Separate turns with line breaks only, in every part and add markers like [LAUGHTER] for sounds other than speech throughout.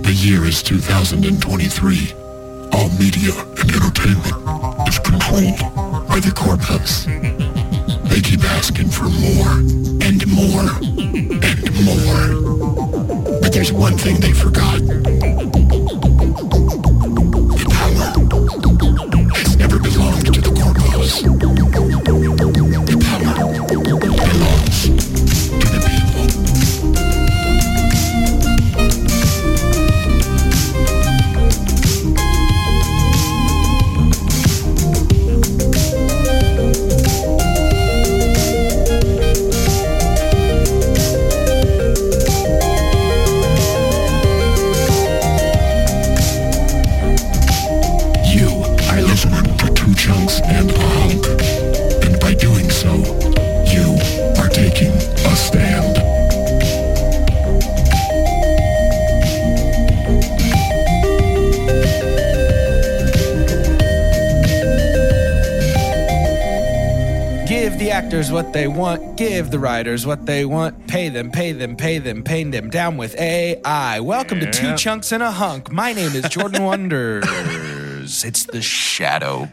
The year is 2023. All media and entertainment is controlled by the Corpus. They keep asking for more and more and more. But there's one thing they forgot. The power has never belonged to the Corpus. The power belongs to the people. You are listening to Two Chunks and a Hunk, and by doing so, you are taking a stand.
Give the actors what they want. Give the writers what they want. Pay them, pay them, pay them, pay them down with AI. Welcome to Two Chunks and a Hunk. My name is Jordan Wonders. It's the Shadowcast.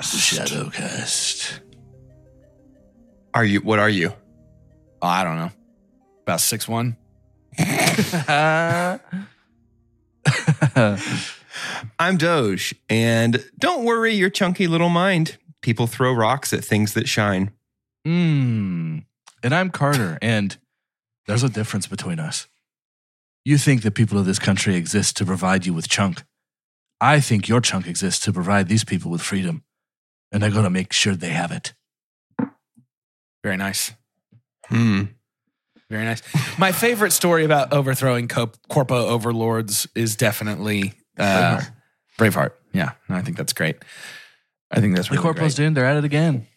Shadowcast.
Are you? What are you?
Oh, I don't know. About six one.
I'm Doge, and don't worry your chunky little mind. People throw rocks at things that shine.
Hmm.
Mm. And I'm Carter, and there's a difference between us. You think the people of this country exist to provide you with chunk. I think your chunk exists to provide these people with freedom, and I'm going to make sure they have it.
Very nice.
Hmm.
Very nice. My favorite story about overthrowing co- corpo overlords is definitely uh, Braveheart. Yeah, no, I think that's great. I think that's
The
really
corporals
great.
doing, they're at it again.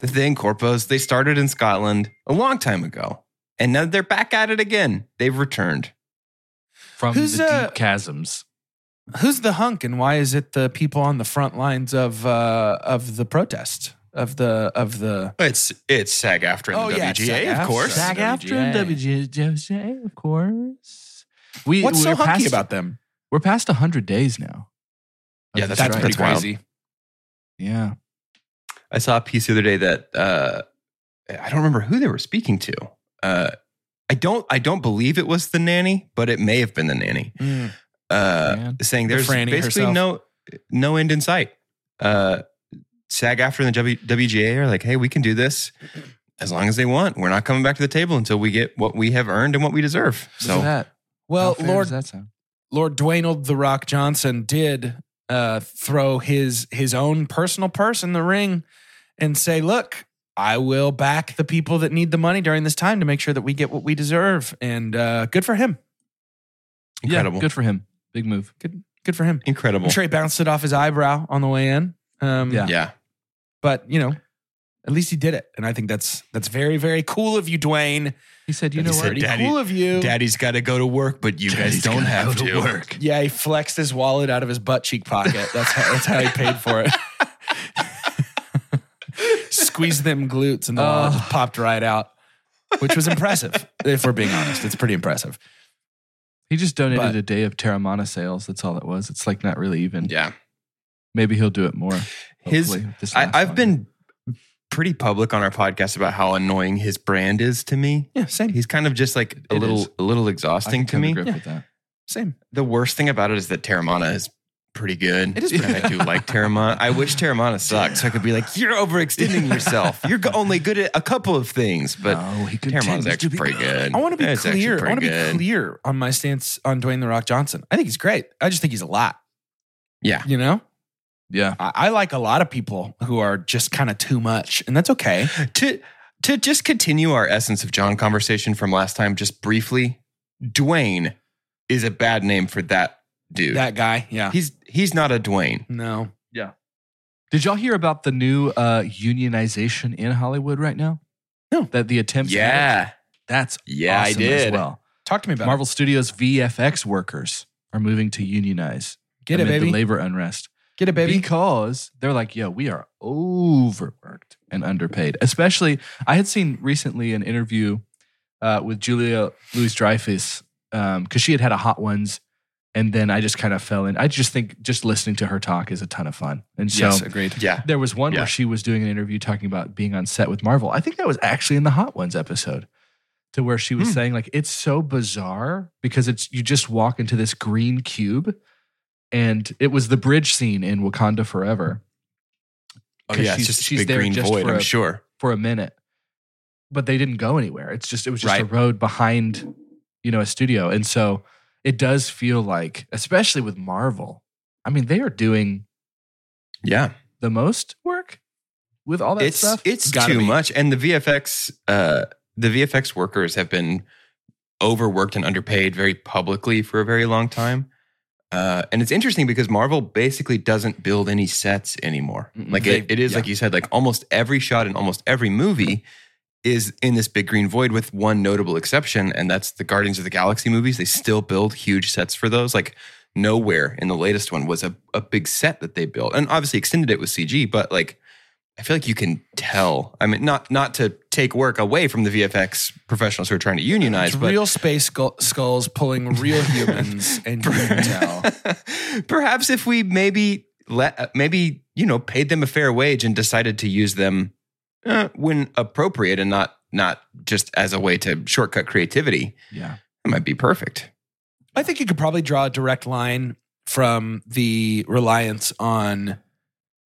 The thing, Corpos, they started in Scotland a long time ago, and now they're back at it again. They've returned.
From
Who's,
the deep
uh,
chasms.
Who's the hunk, and why is it the people on the front lines of uh, of the protest of the of the?
It's it's SAG after in
Oh,
the
yeah, it's
WGA,
SAG-AFTRA.
of course.
SAG-
Back after
WGA.
WGJ, of course. We,
What's so
we're
hunky
past-
about them?
We're past 100 days now.
Yeah,
Of
that's
this
right.
strike.
pretty wild.
Yeah.
I saw a piece the other day that uh, I don't remember who they were speaking to. Uh, I don't. I don't believe it was the nanny, but it may have been the nanny.
Mm.
uh,
Man.
saying
The
there's
Franny
basically
herself.
no no end in sight. Uh, SAG after the w, WGA are like, hey, we can do this as long as they want. We're not coming back to the table until we get what we have earned and what we deserve.
Look at
So
that. How
Well,
fair
Lord
does that sound?
Lord Dwayne the Rock Johnson did uh, throw his his own personal purse in the ring and say, "Look, I will back the people that need the money during this time to make sure that we get what we deserve." And uh, good for him.
incredible,
Yeah, good for him. Big move.
Good, good for him.
incredible.
I'm sure he bounced it off his eyebrow on the way in. Um,
Yeah.
Yeah.
but you know, at least he did it, and I think that's that's very very cool of you, Dwayne.
He said, "You
He
know
said,
what?
Pretty
Daddy-
cool of you.
Daddy's got to go to work, but you guys don't have to.
work."
Yeah, he flexed his wallet out of his butt cheek pocket. That's how, that's how he paid for [LAUGHS] it. Squeezed them glutes and the wallet just popped right out, which was impressive. if we're being honest, it's pretty impressive.
He just donated
But-
a day of Terramana sales. That's all that was. It's like not really even.
Yeah.
Maybe he'll do it more.
His-
hopefully, if this
I,
lasts
I've
longer.
been pretty public on our podcast about how annoying his brand is to me.
Yeah, same,
He's kind of just like a
It
little,
is.
a little
I
exhausting
can
to
come
me.
grip
Yeah.
with that.
same.
The worst thing about it is that Terramana is pretty good.
It is pretty
And I do like Terramana. I wish Terramana sucked. So I could be like, you're overextending yourself. You're go- only good at a couple of things, but
no, he
Terramana's
continues
actually
be
pretty good.
I want to be
It's actually
clear. I
pretty
want to be
good.
clear on my stance on Dwayne the Rock Johnson. I think he's great. I just think he's a lot.
Yeah.
you know,
Yeah,
I, I like a lot of people who are just kind of too much, and that's okay.
To to just continue our essence of John conversation from last time, just briefly. Dwayne is a bad name for that dude.
That guy, yeah.
he's he's not a Dwayne.
No.
Did y'all hear about the new uh, unionization in Hollywood right now?
No.
That the attempt.
Yeah,
That's
yeah,
awesome
I did.
as well.
Talk to me about
Marvel Studios VFX workers are moving to unionize
it. Get it,
amid
baby.
the labor unrest.
Get it, baby.
Because they're like, yo, we are overworked and underpaid. Especially, I had seen recently an interview uh, with Julia Louis Dreyfus because she had had a Hot Ones. And then I just kind of fell in. I just think just listening to her talk is a ton of fun. And so
yes, agreed.
Yeah,
there was one
Yeah.
where she was doing an interview talking about being on set with Marvel. I think that was actually in the Hot Ones episode, to where she was
Hmm.
saying like it's so bizarre because it's you just walk into this green cube, and it was the bridge scene in Wakanda Forever.
oh,
'Cause
yeah. It's
she's-
just a
she's
big
there
green
just
void.
for
I'm
a-
sure.
for a minute, but they didn't go anywhere. It's just it was just a
Right.
road behind, you know, a studio, and so it does feel like, especially with Marvel. I mean, they are doing
Yeah,
the most work with all that
it's
stuff.
it's
Gotta
too
be.
much. And the VFX uh, the VFX workers have been overworked and underpaid very publicly for a very long time. Uh, and it's interesting because Marvel basically doesn't build any sets anymore.
Mm-mm.
Like it,
They-
it is,
yeah.
like you said, like almost every shot in almost every movie is in this big green void with one notable exception, and that's the Guardians of the Galaxy movies. They still build huge sets for those. Like nowhere in the latest one was a, a big set that they built. And obviously extended it with CG, but like I feel like you can tell. I mean, not not to take work away from the VFX professionals who are trying to unionize,
It's
but [LAUGHS]
real space skull- skulls pulling real humans and you can tell.
Perhaps if we maybe let, maybe you know, paid them a fair wage and decided to use them uh, when appropriate and not not just as a way to shortcut creativity,
yeah.
it might be perfect.
I think you could probably draw a direct line from the reliance on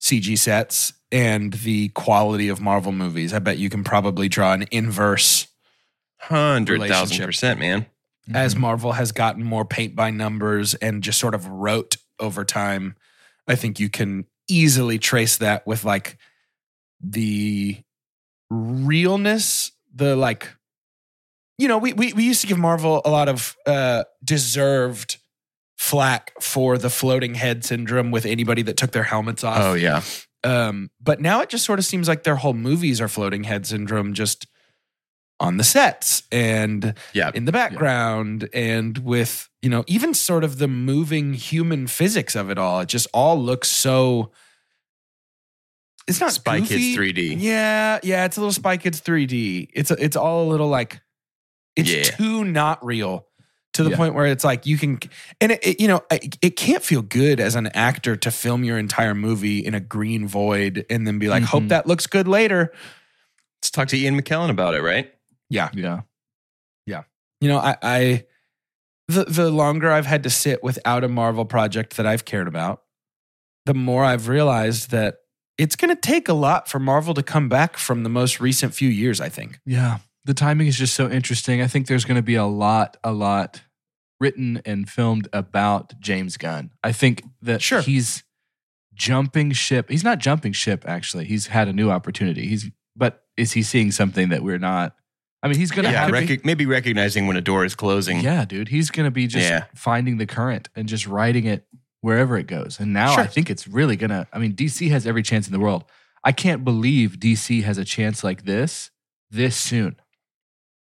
CG sets and the quality of Marvel movies. I bet you can probably draw an inverse
Hundred thousand percent, man.
as Marvel has gotten more paint by numbers and just sort of rote over time. I think you can easily trace that with like the realness, the like, you know, we we, we used to give Marvel a lot of uh, deserved flack for the floating head syndrome with anybody that took their helmets off.
Oh yeah,
Um, but now it just sort of seems like their whole movies are floating head syndrome just on the sets and
Yeah.
in the background and with, you know, even sort of the moving human physics of it all. It just all looks so it's not
Spy
goofy.
Kids 3D.
Yeah, yeah, it's a little Spy Kids 3D. It's a, it's all a little like it's
Yeah.
too not real to the
Yeah.
point where it's like you can and it, it- you know it, it can't feel good as an actor to film your entire movie in a green void and then be like hope
Mhm.
that looks good later
Let's talk to Ian McKellen about it, right?
Mm-hmm. Yeah.
you know i i the the longer i've had to sit without a marvel project that i've cared about the more i've realized that it's going to take a lot for marvel to come back from the most recent few years i think
Yeah. The timing is just so interesting. I think there's going to be a lot, a lot written and filmed about James Gunn. I think that
Sure.
he's jumping ship. He's not jumping ship, actually. He's had a new opportunity. He's, but is he seeing something that we're not? I mean, he's going to
yeah,
have.
recog- maybe recognizing when a door is closing.
yeah, dude. He's going to be just
Yeah.
finding the current and just riding it wherever it goes. And now I
Sure.
think it's really going to, I mean, DC has every chance in the world. I can't believe DC has a chance like this this soon.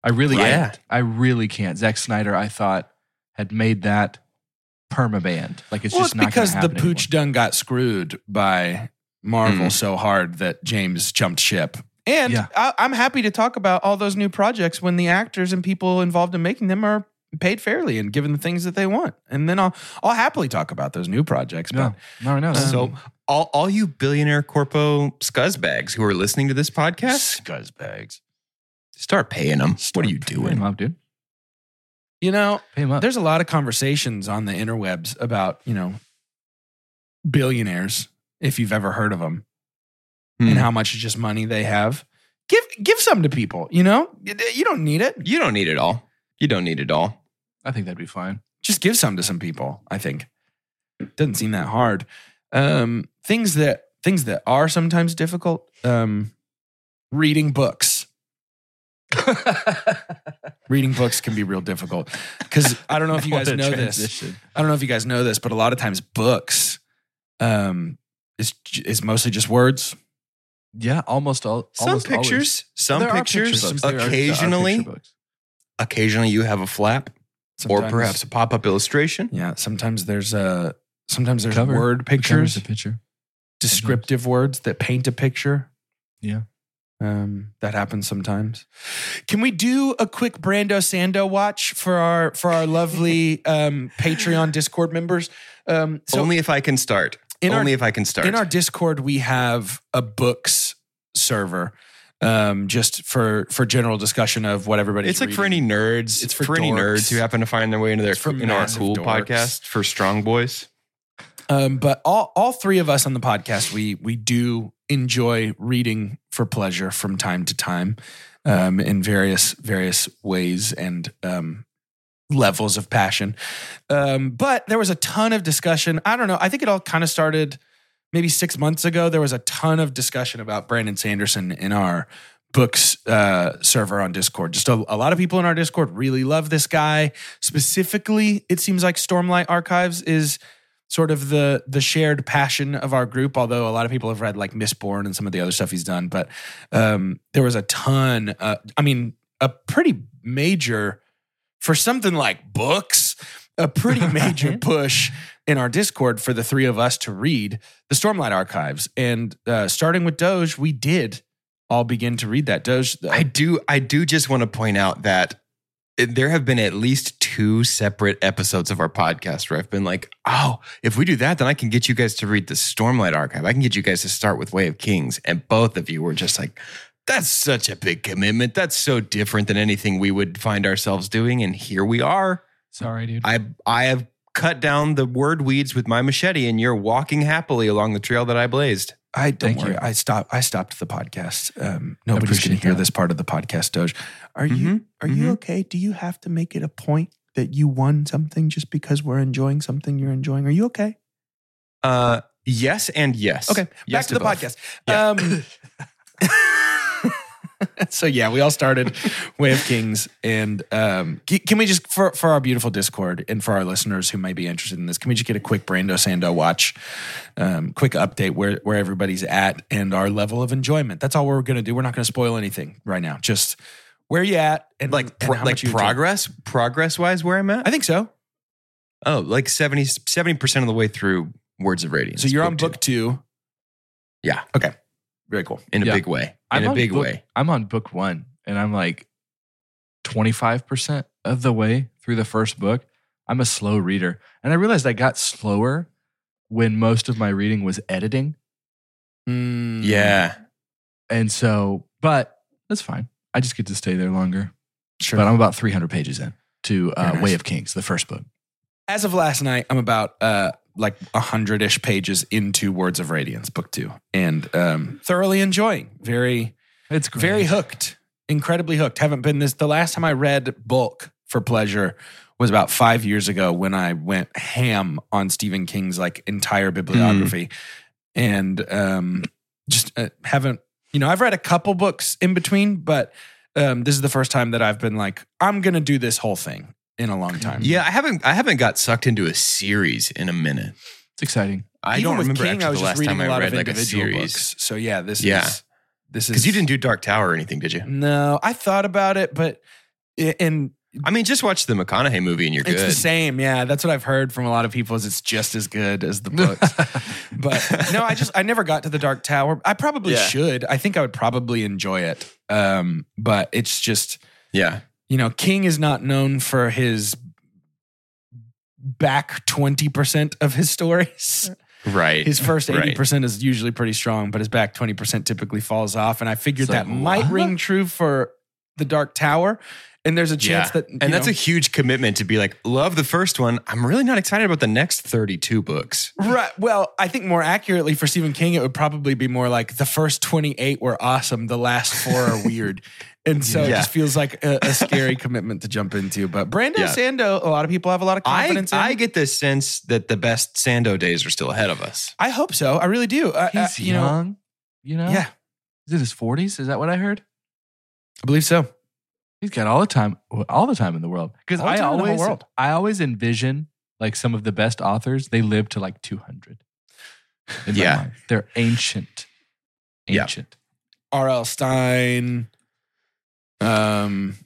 I really
Right.
can't. I really can't. Zack Snyder, I thought, had made that permaband. Like it's
well, it's
just not gonna
because the
happen anymore.
pooch done got screwed by Marvel so hard that James jumped ship. And
Yeah.
I, I'm happy to talk about all those new projects when the actors and people involved in making them are paid fairly and given the things that they want. And then I'll I'll happily talk about those new projects.
No, no, no. no.
So all all you billionaire corpo scuzzbags who are listening to this
But
podcast,
scuzzbags.
start paying them. what are you
pay him
doing?
up, dude.
You know,
Pay him up.
[LAUGHS] there's a lot of conversations on the interwebs about you know billionaires if you've ever heard of them
Hmm.
and how much just money they have. Give give some to people. You know, You- you don't need it.
You don't need it all. You don't need it all.
I think that'd be fine.
just give some to some people i think doesn't seem that hard um things that things that are sometimes
[LAUGHS]
difficult um reading books Reading books can be real difficult because I don't know
[LAUGHS]
if you guys
What a
know this.
transition.
I don't know if you guys know this, but a lot of times books um, is is mostly just words.
Yeah, almost all.
Some
almost always.
pictures, some
There are
pictures,
books.
uh,
There are- there are picture
occasionally,
books.
occasionally you have a flap or
Sometimes-
perhaps a pop-up illustration.
yeah. Sometimes there's uh sometimes there's
Cover.
word
Covers
pictures,
a picture.
descriptive words that paint a picture.
Yeah.
Um, that happens sometimes. Can we do a quick Brando Sando watch for our for our lovely um, Patreon Discord members? Um, so
Only if I can start.
in our
Only if I can start.
In our Discord, we have a books server um, just for for general discussion of what everybody.
it's like for any nerds.
It's for
any
dorks.
nerds who happen to find their way into their
It's for
in our
massive
cool
dorks.
podcast for strong boys.
Um, but all all three of us on the podcast, we we do enjoy reading for pleasure from time to time, um, in various various ways and um, levels of passion. Um, but there was a ton of discussion. I don't know. I think it all kind of started maybe six months ago. There was a ton of discussion about Brandon Sanderson in our books uh, server on Discord. Just a, a lot of people in our Discord really love this guy. Specifically, it seems like Stormlight Archives is sort of the the shared passion of our group. Although a lot of people have read like Mistborn and some of the other stuff he's done, but um, there was a ton. Uh, I mean, a pretty major for something like books. A
[LAUGHS]
pretty major push in our Discord for the three of us to read the Stormlight Archives, and uh, starting with Doge, we did all begin to read that Doge.
I do. I do just want to point out that there have been at least two separate episodes of our podcast where I've been like, "Oh, if we do that, then I can get you guys to read the Stormlight Archive. I can get you guys to start with Way of Kings." And both of you were just like, "That's such a big commitment. That's so different than anything we would find ourselves doing." And here we are.
Sorry, dude.
I I have cut down the word weeds with my machete, and you're walking happily along the trail that I blazed.
I don't
Thank
worry.
you.
I stopped. I stopped the podcast. Um, nobody's going
appreciate
to hear
that. Mm-hmm.
this part of the podcast, Doge. Are you are you
mhm.
okay? Do you have to make it a point that you won something just because we're enjoying something you're enjoying? Are you okay?
Uh, yes, and yes.
Okay,
Yes
back to the
both.
podcast.
Yeah.
Um, [LAUGHS] so yeah, we all started Way of Kings, and um, c- can we just for for our beautiful Discord and for our listeners who may be interested in this, can we just get a quick Brando Sando watch, um, quick update where where everybody's at and our level of enjoyment? That's all we're gonna do. We're not gonna spoil anything right now. Just where you at and
like
and
pro-
how
like
much you enjoy.
progress progress wise where i'm at
I think so.
oh like 70 percent of the way through words of radiance
So you're on book two.
Yeah.
Okay. Very cool.
in a
Yeah.
big way in a
on
big
book,
way
I'm on book one, and I'm like 25% of the way through the first book. I'm a slow reader. And I realized I got slower when most of my reading was editing.
Mm.
yeah
And so, but that's fine. I just get to stay there longer.
Sure.
But I'm about 300 pages in to uh,
Very nice.
Way of Kings, the first book.
as of last night, I'm about uh like a hundred ish pages into Words of Radiance, book two, and um thoroughly enjoying. Very,
It's great.
very hooked, incredibly hooked. Haven't been this the last time I read bulk for pleasure was about five years ago when I went ham on Stephen King's like entire bibliography, and um just uh, haven't. You know, I've read a couple books in between, but um, this is the first time that I've been like, I'm gonna do this whole thing in a long time.
yeah i haven't i haven't got sucked into a series in a minute
It's exciting.
i
Even
don't
with
remember
King,
actually
I was
the
just
last
reading
time
a lot
i
of
read like a
individual
series
Books. So yeah, this
Yeah.
is this is
because you didn't do dark tower or anything did you
No, I thought about it, but i- and
i mean just watch the mcconaughey movie and you're
it's the
good
same. Yeah, that's what I've heard from a lot of people. Is it's just as good as
[LAUGHS]
the books. but no, I just I never got to the Dark Tower. I probably
Yeah.
should. I think I would probably enjoy it. Um, but it's just
yeah
you know, King is not known for his back twenty percent of his stories.
right
His first
Right.
80% is usually pretty strong, but his back 20% typically falls off. And I figured
So
that might
what?
ring true for the Dark Tower. And there's a chance
Yeah.
that. you
and that's
know-
a huge commitment to be like love the first one i'm really not excited about the next 32 books
Right. Well, I think more accurately for Stephen King, it would probably be more like the first 28 were awesome, the last four
[LAUGHS]
are weird. And so it
Yeah.
just feels like a, a scary commitment to jump into. But Brando
Yeah.
Sando, a lot of people have a lot of
I,
confidence in.
I get the sense that the best Sando days are still ahead of us.
I hope so. I really do. I- I-
[LAUGHS] He's
Uh, you know,
young, you know?
yeah,
Is it his 40s? Is that what I heard?
I believe so.
He's got all the time, all the time in the world. Because
All the
I
time in the whole
always,
world.
I always envision like some of the best authors. They live to like two hundred.
Yeah.
they're ancient,
Yeah.
ancient.
R.L. Stein. Um,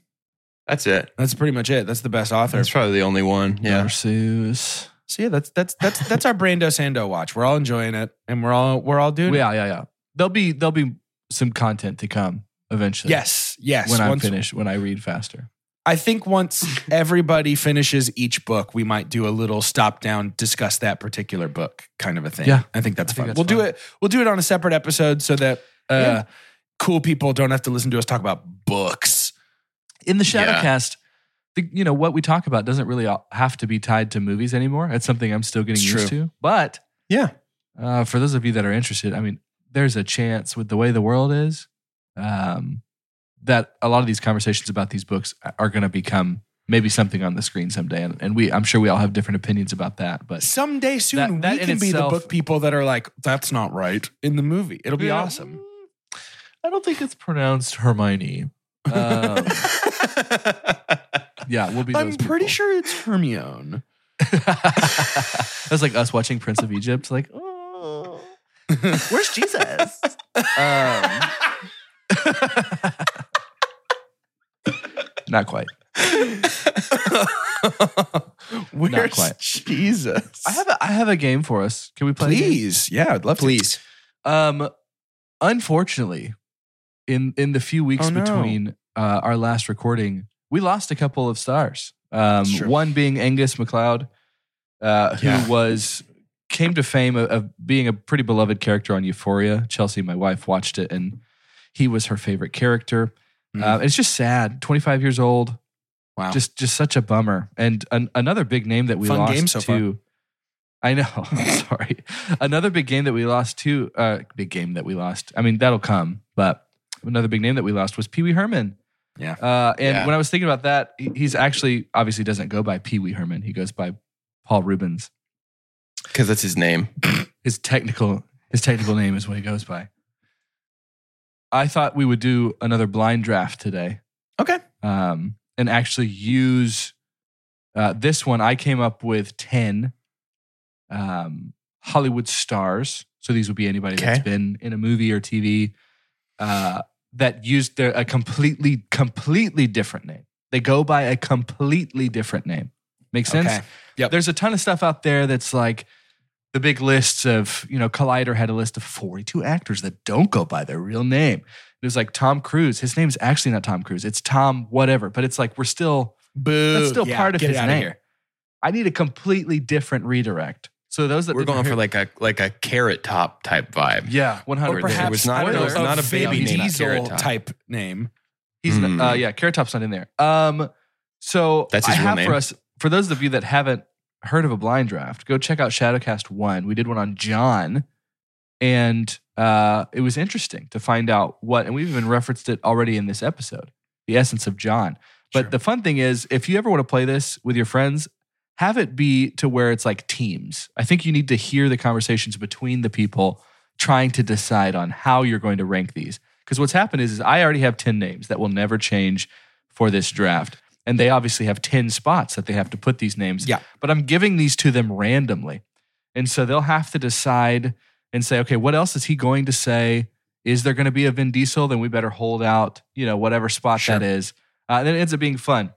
That's it.
that's pretty much it. That's the best author.
That's probably the only one. Yeah.
Narcissus.
So yeah, that's that's that's that's our Brando Sando watch. We're all enjoying it, and we're all we're all doing. it.
Yeah, yeah, yeah. There'll be there'll be some content to come eventually.
Yes, yes.
when I'm
Once-
finished, when I read faster.
I think once everybody finishes each book, we might do a little stop down, discuss that particular book kind of a thing.
Yeah.
I think that's
I think
fun.
that's
we'll do
fun.
it. We'll do it on a separate episode so that uh,
Yeah.
cool people don't have to listen to us talk about books.
in the
Yeah.
Shadowcast, the, you know what we talk about doesn't really all- have to be tied to movies anymore. That's something I'm still getting
It's
used to. But
Yeah.
uh, for those of you that are interested, I mean, there's a chance with the way the world is um, that a lot of these conversations about these books are going to become maybe something on the screen someday, and, and we I'm sure we all have different opinions about that.
[LAUGHS]
But
Someday soon,
That- that
we
in
can be
itself-
the book people that are like, "That's not right" in the movie. It'll be
Yeah. [LAUGHS]
awesome.
Mm, I don't think it's pronounced Hermione. Um, yeah, we'll be.
I'm
those
pretty
people.
sure it's
[LAUGHS]
Hermione. [LAUGHS]
That's like us watching Prince of Egypt. [LAUGHS] Like, oh, where's Jesus? um, [LAUGHS] not quite.
Where's
quite.
Jesus?
I have a, I have a game for us. Can we play? a game?
Please, yeah, I'd love to.
[LAUGHS] Please.
Um, unfortunately, in in the few weeks
Oh, no.
between uh, our last recording, we lost a couple of stars. Um,
That's true.
one being Angus MacLeod, uh, who
Yeah.
was came to fame of, of being a pretty beloved character on Euphoria. Chelsea, my wife, watched it, and he was her favorite character.
Mm.
Uh, it's just sad. Twenty five years old.
Wow.
Just just such a bummer. And an, another big name that we
Fun
lost
game so far.
to. I know. [LAUGHS]
[LAUGHS]
I'm sorry. Another big game that we lost to. Uh, big game that we lost. I mean, that'll come. But another big name that we lost was Pee Wee Herman.
Yeah.
Uh, and
Yeah.
when I was thinking about that, he- he's actually obviously doesn't go by Pee Wee Herman. He goes by Paul Rubens.
Because that's his name.
His technical his technical name is what he goes by. I thought we would do another blind draft today.
Okay.
um, and actually use uh, this one. I came up with 10 um, Hollywood stars. So these would be anybody that's been in a movie or TV uh, that used their, a completely, completely different name. They go by a completely different name. Make sense?
Okay. Yep.
There's a ton of stuff out there that's like the big lists of, you know, Collider had a list of 42 actors that don't go by their real name. It was like Tom Cruise. His name's actually not Tom Cruise. It's Tom whatever. But it's like we're still.
Boo.
That's still
Yeah,
part of
get it
his
outta
name.
here.
I need a completely different redirect. So those that
We're
didn't
going for
hear-
like a like a carrot top type vibe.
yeah, one
Or
hundred.
There
perhaps
was not-
I don't
there
know,
was not a
Vin
baby named
Diesel
Carrot Top.
type name.
He's
Hmm.
uh, yeah, Carrot Top's not in there. Um, so
That's his
I
real
have
name?
for us for those of you that haven't heard of a blind draft, go check out Shadowcast One. We did one on John, and uh, it was interesting to find out what, and we've even referenced it already in this episode, the essence of John. But
Sure.
the fun thing is, if you ever want to play this with your friends, have it be to where it's like teams. I think you need to hear the conversations between the people trying to decide on how you're going to rank these. Because what's happened is, is I already have 10 names that will never change for this draft. And they obviously have 10 spots that they have to put these names.
Yeah.
But I'm giving these to them randomly. And so they'll have to decide and say, okay, what else is he going to say? Is there going to be a Vin Diesel? Then we better hold out, you know, whatever spot
Sure.
that is. Uh, and then it ends up being fun.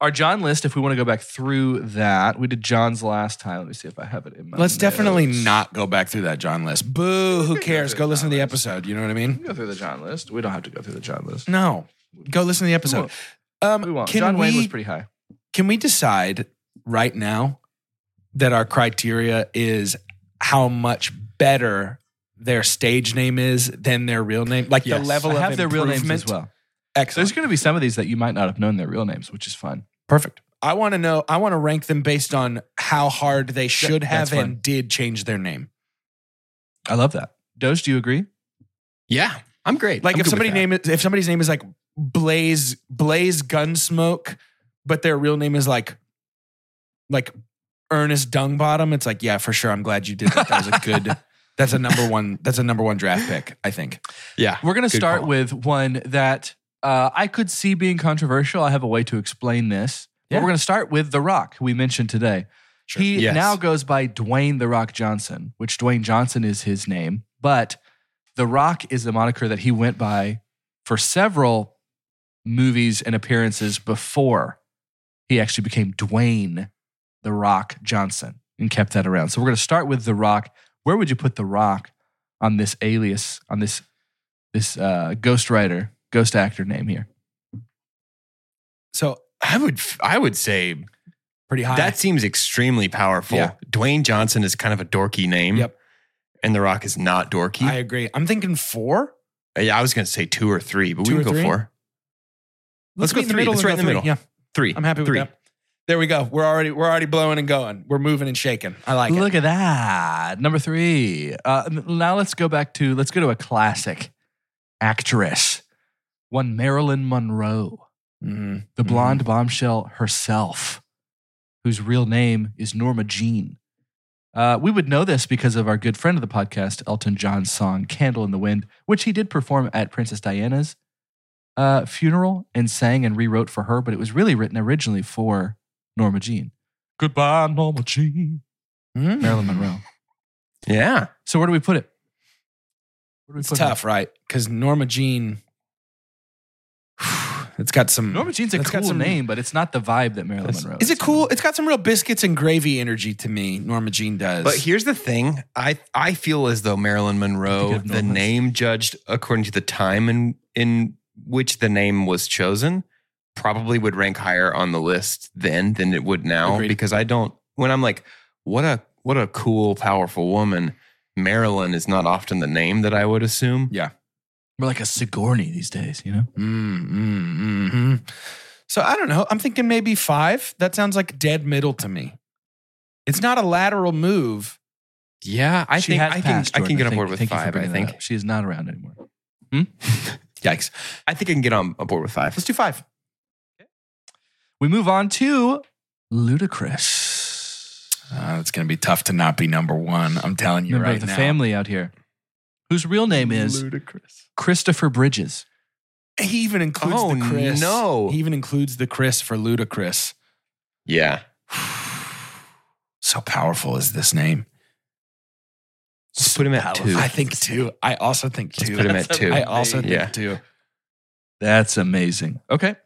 Our John list, if we want to go back through that, we did John's last time. Let me see if I have it in my
Let's definitely
notes.
not go back through that John list. Boo. Who
can go
cares?
through
Go
the
listen to
John
the
list.
episode. You know what I
We
mean?
can go through the John list. We don't have to go through the John list.
No. Go listen to the episode.
won't.
Um,
We won't.
Can
John
we,
Wayne was pretty high.
Can we decide right now that our criteria is how much better their stage name is than their real name? Like the
Yes.
level
I
of
have their real names as
improvement?
well.
Excellent.
There's going to be some of these that you might not have known their real names, which is fun.
Perfect. I want to know. I want to rank them based on how hard they should have
that's fun.
and did change their name.
I love that. Doge, do you agree?
Yeah. I'm great.
Like
I'm
if
good with
somebody
that.
name is, if somebody's name is like Blaze Blaze Gunsmoke, but their real name is like like Ernest Dungbottom. It's like yeah, for sure. I'm glad you did that. That was a good. that's a number one. That's a number one draft pick. I think.
Yeah.
We're going to
Good
start
call.
with one that uh, I could see being controversial. I have a way to explain this. But
Yeah.
we're going to start with The Rock, who we mentioned today. He
Yes.
now goes by Dwayne The Rock Johnson, which Dwayne Johnson is his name. But The Rock is the moniker that he went by for several movies and appearances before he actually became Dwayne The Rock Johnson and kept that around. So we're going to start with The Rock. Where would you put The Rock on this alias, on this this uh, ghost writer, ghost actor name here?
Oh,
So
I would f- I would say
pretty high.
that seems extremely powerful.
Yeah.
Dwayne Johnson is kind of a dorky name.
Yep.
And The Rock is not dorky.
I agree. I'm thinking four.
yeah, I was going to say two or three, but
Two
we
or
can
three?
go four. Let's go
meet in
three. Let's
and
right
go
in the
three.
middle.
Yeah,
Three.
I'm happy
Three.
with that. There we go. We're already we're already blowing and going. We're moving and shaking. I like it.
Look at that. Number three. Uh, n- now let's go back to, let's go to a classic actress, one Marilyn Monroe,
Mhm.
the blonde bombshell herself, whose real name is Norma Jean. Uh, we would know this because of our good friend of the podcast, Elton John's song Candle in the Wind, which he did perform at Princess Diana's uh, funeral and sang and rewrote for her, but it was really written originally for Norma Jean. Goodbye, Norma Jean.
Mhm.
Marilyn Monroe.
Yeah.
So where do we put it? Where do we
It's
put
tough, right? Because Norma Jean, [SIGHS] it's got
It?
some.
Norma Jean's a
That's got
cool
some-
name, but it's not the vibe that Marilyn
That's-
Monroe.
Is it cool? It's got some real biscuits and gravy energy to me. Norma Jean does.
But here's the thing: I I feel as though Marilyn
I
Monroe,
have no
the
place.
name judged according to the time in in which the name was chosen, probably would rank higher on the list then than it would now.
Agreed.
Because I don't when I'm like, what a what a cool, powerful woman. Marilyn is not often the name that I would assume.
We're like a Sigourney these days, you know?
Mm, mm, mm-hmm. So I don't know. I'm thinking maybe five. That sounds like dead middle to me. It's not a lateral move.
Yeah, I
She
think
has
I can
passed,
I can
Jordan.
get on
Thank-
board with
thank you for
five. I
bringing that
think.
up. she is not around anymore.
[LAUGHS] Yikes! I think I can get on board with five.
Let's do five.
We move on to Ludacris,
Uh, it's going to be tough to not be number one. I'm telling you
member
right
of the
now.
family out here, whose real name is Christopher Bridges.
He even includes
Oh,
the Chris.
no.
he even includes the Chris for ludicrous.
Yeah,
[SIGHS] So powerful is this name.
Let's put him at
Powerful.
two.
I think two. I also think
Let's
two.
put him at
That's
two.
I also think
Yeah.
two.
That's amazing. Okay.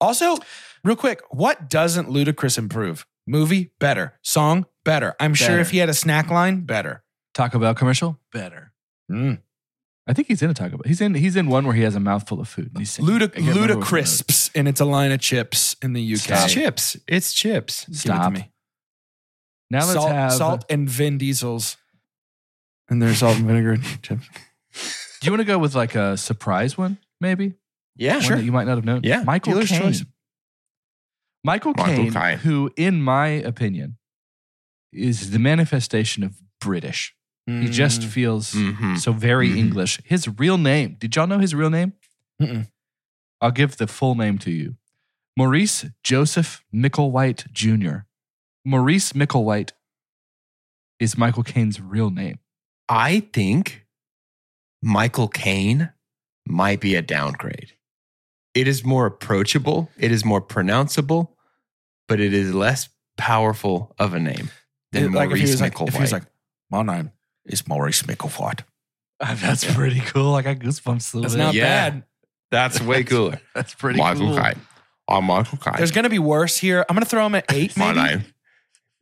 Also, real quick, what doesn't Ludacris improve? Movie better, song better. I'm sure
Better.
if he had a snack line, better.
Taco Bell commercial? Better.
Mm.
I think he's in a Taco Bell. He's in he's in one where he has a mouthful of food. And he's singing.
Luda,
I can't remember which one it is.
Ludacrisps, and it's a line of chips in the UK.
Stop.
It's chips. It's chips.
Give it to
Stop.
me.
Now let's
salt,
have
salt and Vin Diesel's, and their salt and vinegar chips.
Do you want to go with like a surprise one, maybe?
Yeah,
one
sure.
That you might not have known.
Yeah,
Michael
dealer's
Caine.
choice.
Michael
Michael
Caine,
Caine.
who, in my opinion, is the manifestation of British. He
Hmm.
just feels
Mhm.
so very
Mhm.
English. His real name. Did y'all know his real name?
Mm-mm.
I'll give the full name to you. Maurice Joseph Micklewhite Jr. Maurice Micklewhite is Michael Caine's real name.
I think Michael Caine might be a downgrade. It is more approachable, it is more pronounceable, but it is less powerful of a name than
like if he
Maurice
was like,
Micklewhite.
if he was like, my name is Maurice Micklewhite.
[LAUGHS] [LAUGHS] That's pretty cool. I got goosebumps a little
That's
bit.
not
Yeah.
bad.
That's way cooler.
That's pretty cool.
I'm Michael Caine.
There's going to be worse here. I'm going to throw him at
[LAUGHS]
eight. Maybe.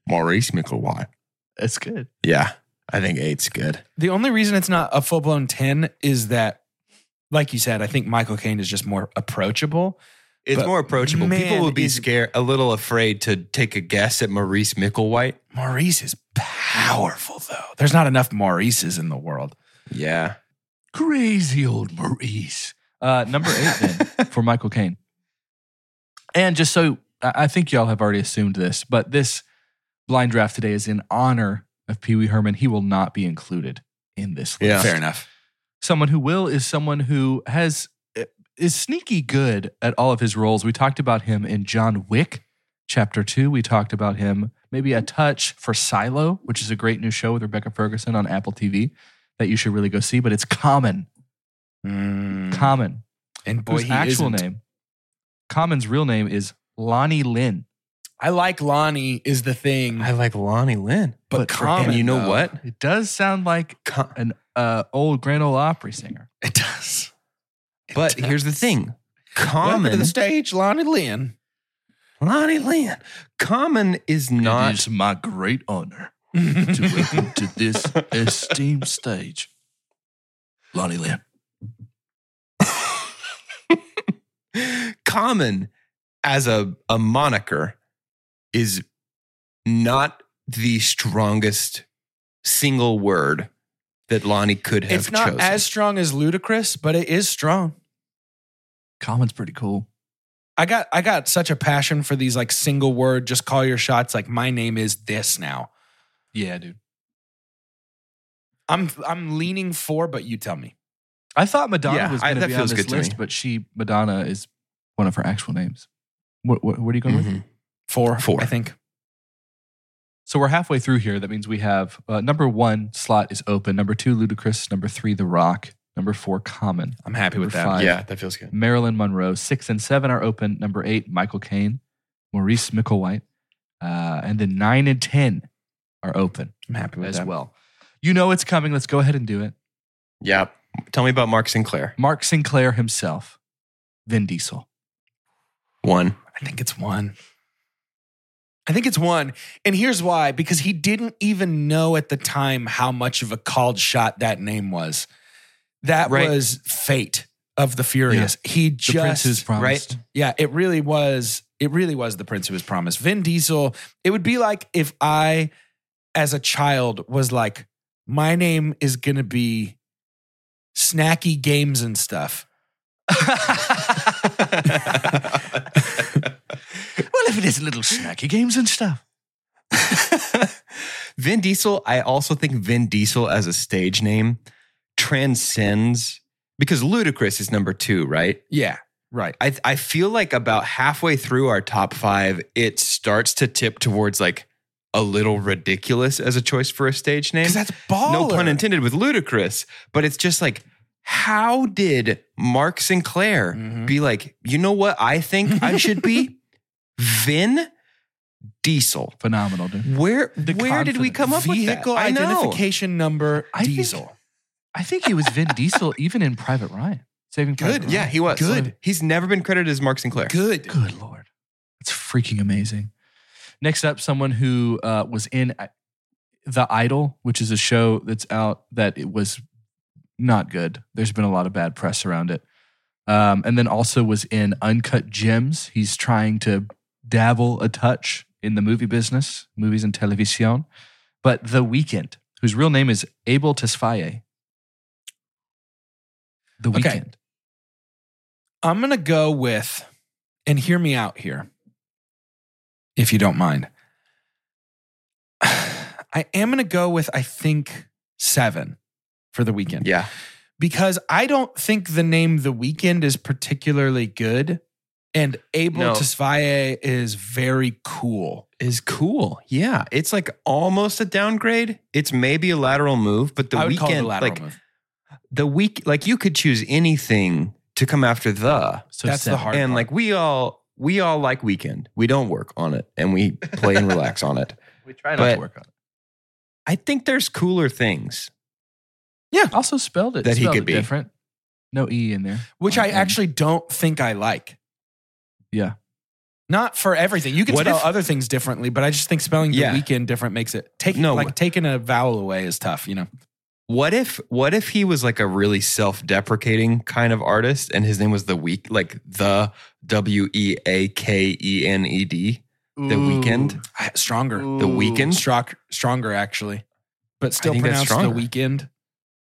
Maurice Micklewhite.
That's good.
Yeah, I think eight's good.
The only reason it's not a full blown 10 is that, like you said, I think Michael Caine is just more approachable.
It's
But
more approachable.
man,
People would be
is-
scared, a little afraid to take a guess at Maurice Micklewhite.
Maurice is powerful, though. There's not enough Maurices in the world.
Yeah.
Crazy old Maurice. Uh, number eight [LAUGHS] then for Michael Caine. And just so I I think y'all have already assumed this, but this blind draft today is in honor of Pee Wee Herman. He will not be included in this list.
Yeah.
Fair enough.
Someone who will is someone who has eh, is sneaky good at all of his roles. We talked about him in John Wick, Chapter Two. We talked about him maybe a touch for Silo, which is a great new show with Rebecca Ferguson on Apple TV that you should really go see. But it's common,
Hmm.
Mm.
common.
And boy,
whose
he
actual
isn't.
name, Common's real name is Lonnie Lynn.
I like Lonnie is the thing,
I [LAUGHS] like Lonnie Lynn.
but,
but for
common.
and you know
though.
what?
[LAUGHS]
It does sound like
Com-
an uh, old Grand Ole Opry singer.
It does.
but here's the thing.
Welcome to
Common
the stage, Lonnie Lynn.
Lonnie Lynn. Common is
It
not
is my great honor
[LAUGHS]
to welcome to this esteemed stage, Lonnie Lynn.
common as a, a moniker is not the strongest single word that Lonnie could have
It's not
chosen.
as strong as ludicrous, but it is strong.
Common's pretty cool.
I got I got such a passion for these like single word, just call your shots. Like my name is this now.
Yeah, dude.
I'm I'm leaning for, but you tell me.
I thought Madonna
Yeah,
was
I-
going to
that
be on
feels
this
good to
list,
me.
but she Madonna is one of her actual names. What what, what are you going with?
Mhm.
Four,
Four.
I think.
So we're halfway through here. That means we have uh, number one slot is open. Number two, Ludacris. Number three, The Rock. Number four, Common.
I'm happy with
Number
that.
five.
Yeah, that feels good.
Marilyn Monroe. Six and seven are open. Number eight, Michael Caine, Maurice Micklewhite, uh, and then nine and ten are open
I'm happy with
as
that.
well. You know it's coming. Let's go ahead and do it.
Yeah. Tell me about Mark Sinclair.
Mark Sinclair himself, Vin Diesel.
[LAUGHS]
One. [LAUGHS]
I think it's one. I think it's one. And here's why because he didn't even know at the time how much of a called shot that name was. That
Right.
was fate of the furious. He
The Prince
just
Who's Promised.
Yeah, it really was. It really was the prince who was promised. Vin Diesel. It would be like if I, as a child, was like, my name is gonna be snacky games and stuff.
Well, if it is little snacky games and stuff.
[LAUGHS] Vin Diesel, I also think Vin Diesel as a stage name transcends because Ludacris is number two, right?
Yeah, right.
I, I feel like about halfway through our top five, it starts to tip towards like a little ridiculous as a choice for a stage name.
Because that's baller.
No pun intended with ludicrous, but it's just like, how did Mark Sinclair
Mhm.
be like, you know what I think I
[LAUGHS]
should be? Vin Diesel.
Phenomenal, dude.
Where
The
where did we
confidence.
come up with that?
Vehicle
I know.
identification number
I think-
Diesel.
I think he was Vin Diesel even in Private Ryan. Saving Private
Good. Yeah,
Ryan.
he was.
Good.
He's never been credited as Mark Sinclair.
Good.
Good lord, that's freaking amazing. Next up, someone who uh, was in uh, The Idol, which is a show that's out that it was not good. There's been a lot of bad press around it, um, and then also was in Uncut Gems. He's trying to dabble a touch in the movie business, movies and television. But The Weekend, whose real name is Abel Tesfaye. The
Okay.
Weekend.
I'm going to go with, and hear me out here, if you don't mind. [SIGHS] I am going to go with, I think, seven for the weekend.
Yeah.
Because I don't think the name The Weekend is particularly good. And Abel
No.
Tesfaye is very cool.
Is cool. Yeah. It's like almost a downgrade. It's maybe a lateral move, but the
I would
weekend
call it a lateral
like
move.
the week like you could choose anything to come after the.
So
That's the
seven.
hard
and
part.
like we all we all like weekend. We don't work on it and we play and relax on
[LAUGHS]
it.
We try not
But-
to work on
I think there's cooler things.
it. Also spelled it
That he
spelled
could
it
be.
different. No e in there.
which
Um,
I
Mm-hmm.
and-
actually don't think I like.
Yeah.
Not for everything. You can
What
spell
if-
other things differently, but I just think spelling
Yeah.
the weekend different makes it take
No.
like taking a vowel away is tough, you know.
What if what if he was like a really self-deprecating kind of artist and his name was the week like the W E A K E N E D? The [LAUGHS] Weeknd?
I- Stronger.
The weekend?
Strock, stronger actually. But still
think that's
pronounced the
stronger.
weekend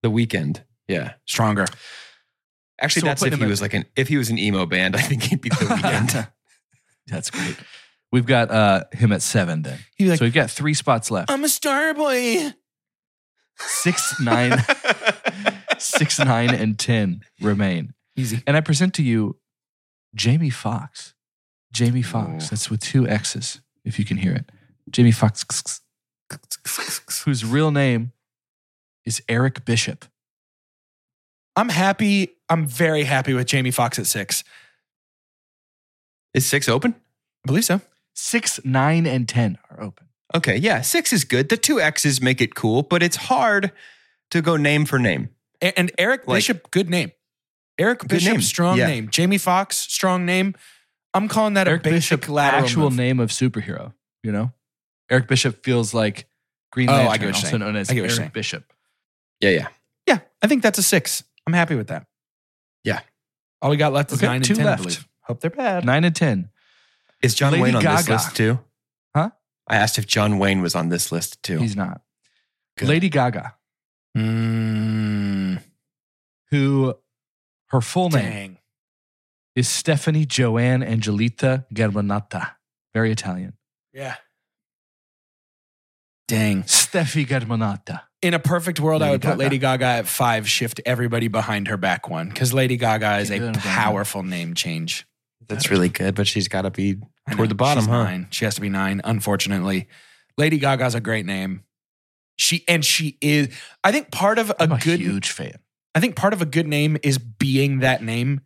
The weekend. Yeah.
stronger.
Actually,
So we'll
that's
put
if
him
he
at-
was like an if he was an emo band, I think he'd be the [LAUGHS] weekend.
[LAUGHS] That's great. We've got uh, him at seven then.
He's like, um,
so we've got three spots left.
I'm a star
[LAUGHS]
boy. [LAUGHS]
six, nine, six, nine, and ten remain.
Easy.
And I present to you Jamie Fox. Jamie Fox. That's with two X's, if you can hear it. Jamie Fox, whose real name is Eric Bishop.
I'm happy I'm very happy with Jamie Foxx at six.
Is six open?
I believe so.
Six, nine, and 10 are open.
Okay, yeah, six is good. The two X's make it cool, but it's hard to go name for name.
A- And Eric
Like-
Bishop, good name. Eric
Good
Bishop,
name.
strong
Yeah.
name. Jamie Foxx, strong name. I'm calling that
Eric
a basic
Bishop,
lateral
actual
move.
name of superhero, you know? Eric Bishop feels like Green
Oh, I
Lantern,
get what you're
also
saying.
known as
I get what you're
Eric
saying.
Bishop.
Yeah, yeah.
Yeah, I think that's a six. I'm happy with that.
Yeah.
All we got left is
Okay,
nine and
two
ten. I
left.
believe. Hope they're bad.
Nine and 10.
Is John
Lady
Wayne on this
Gaga.
list too?
Huh?
I asked if John Wayne was on this list too.
He's not.
Good.
Lady Gaga,
Hmm.
Mm,
who her full name
dang.
is Stephanie Joanne Angelita Germanata. Very Italian.
Yeah. Dang.
Steffi Germanata.
In a perfect world, I
Lady
would put
Gaga.
Lady Gaga at five, shift everybody behind her back one, because Lady Gaga is
Keep
a
doing it, Gaga.
powerful name change.
That's really good, but she's got to be
I know,
toward the bottom,
she's
huh?
Nine. She has to be nine, unfortunately. Lady Gaga's a great name. She and she is. I think part of a
I'm a
good.
huge fan.
I think part of a good name is being that name.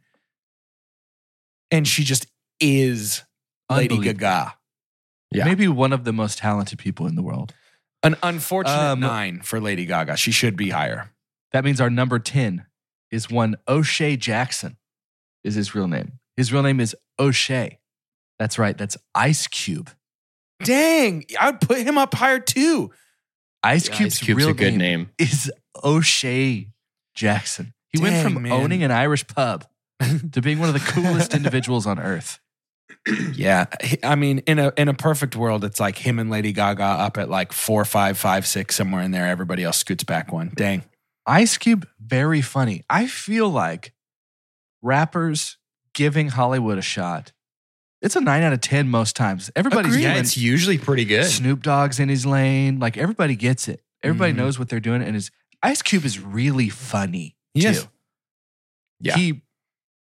And she just is Lady
Unbelievable.
Gaga.
Yeah.
Maybe one of the most talented people in the world.
An unfortunate
Um,
nine for Lady Gaga. She should be higher.
That means our number 10 is one O'Shea Jackson, is his real name. His real name is O'Shea. That's right. That's Ice Cube.
Dang, I would put him up higher too.
Ice
Yeah,
Cube's,
Ice Cube's
real
a good
name,
name.
is O'Shea Jackson. He went
Dang,
from
man.
owning an Irish pub to
[LAUGHS]
being one of the coolest individuals on earth.
[CLEARS THROAT] Yeah, he- I mean, in a in a perfect world, it's like him and Lady Gaga up at like four, five, five, six, somewhere in there. Everybody else scoots back one. Dang,
Ice Cube, very funny. I feel like rappers giving Hollywood a shot. It's a nine out of 10 most times. Everybody's
yeah,
doing-
it's usually pretty good.
Snoop Dogg's in his lane. Like everybody gets it. Everybody
Mhm.
knows what they're doing. And his Ice Cube is really funny.
He is.
too.
Yeah.
He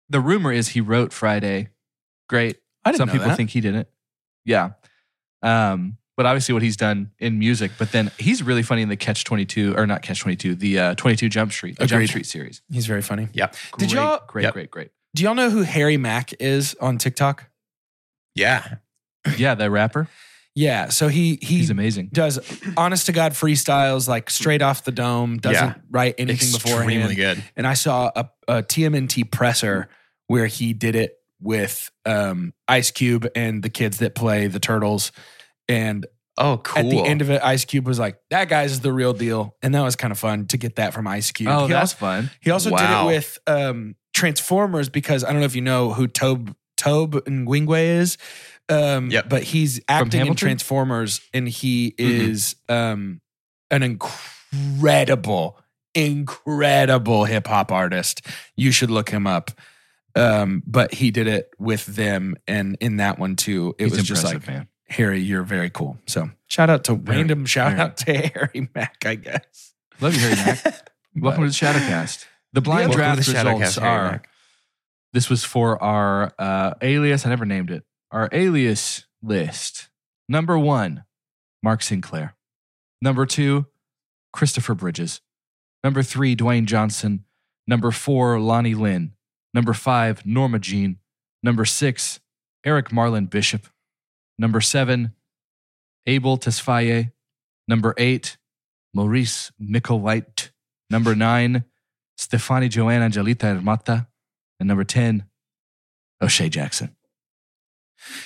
the rumor is he wrote Friday. Great.
I didn't
Some
know
people
that.
think he didn't. Yeah. Um, but obviously what he's done in music, but then he's really funny in the Catch 22 or not Catch 22, the uh, 22 Jump Street, the Jump
Agreed.
Street series.
he's very funny. Did
Great,
y'all-
great,
Yep.
great, great.
Do y'all know who Harry Mack is on TikTok?
Yeah.
Yeah, the rapper.
Yeah, so he [CLEARS THROAT] he
He's amazing.
does honest to god freestyles like straight off the dome. Doesn't
Yeah.
write anything beforehand.
Extremely good.
and I saw a, a TMNT presser where he did it with um, Ice Cube and the kids that play the Turtles. And
Oh, cool.
at the end of it, Ice Cube was like, "That guy's the real deal," and that was kind of fun to get that from Ice Cube.
Oh,
he,
that's
also,
fun.
he also
Wow.
did it with um, Transformers because I don't know if you know who Tobe Tobe Nguingwe is, um,
Yep.
but he's acting in
Hamilton? Mm-hmm.
Transformers, and he is um, an incredible, incredible hip hop artist. You should look him up. Um, but he did it with them, and in that one too, it
He's
was just like
impressive, man.
Harry, you're very cool. So shout out to
Very,
random shout
very.
out to [LAUGHS] Harry Mack, I guess.
Love you, Harry
[LAUGHS]
Mack. Welcome to the
But-
Shadowcast. The blind
Welcome
draft
to the
results
Shadowcast, Harry
are.
Mack.
This was for our uh, alias. I never named it. Our alias list. Number one, Mark Sinclair. Number two, Christopher Bridges. Number three, Dwayne Johnson. Number four, Lonnie Lynn. Number five, Norma Jean. Number six, Eric Marlin Bishop. Number seven, Abel Tesfaye. Number eight, Maurice Mickelwhite. Number nine, Stefani Joanne Angelita Armata. And number 10, O'Shea Jackson.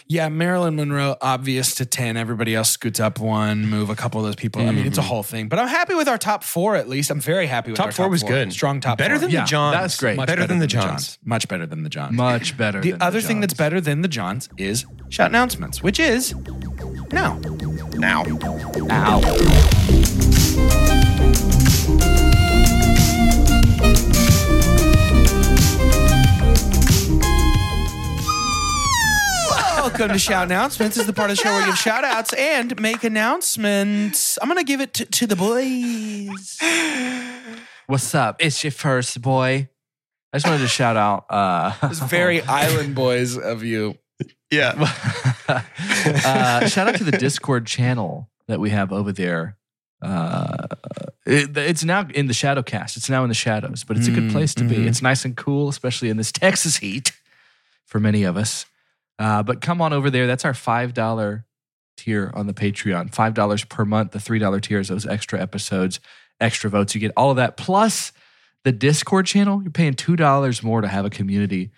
yeah, Marilyn Monroe, obvious to 10. Everybody else scoots up one, move a couple of those people. I mean, it's a
Mhm.
whole thing, but I'm happy with our top four at least. I'm very happy with
Top
our
four was good.
Strong top
Better
four.
than
Yeah,
the Johns.
that's great.
Better, than, the Johns.
Much better than the Johns.
Much better.
the
than
other thing that's
Johns.
better than the Johns is shout announcements, which is now.
Now.
Welcome to Shout Announcements. This is the part of the show where [LAUGHS] we give shout outs and make announcements. I'm going to give it to, to the boys.
What's up? It's your first boy. I just wanted to shout out. Uh,
It's [LAUGHS]
[LAUGHS]
very island boys of you.
Yeah.
[LAUGHS] uh, shout out to the Discord channel that we have over there. Uh, It, it's now in the shadow cast. It's now in the shadows, but it's a good
Mm,
place to
mhm.
be. It's nice and cool, especially in this [LAUGHS] Texas heat for many of us. Uh, but come on over there. That's our $5 tier on the Patreon. $5 per month. The $3 tier is those extra episodes, extra votes. You get all of that. Plus the Discord channel. You're paying $2 more to have a community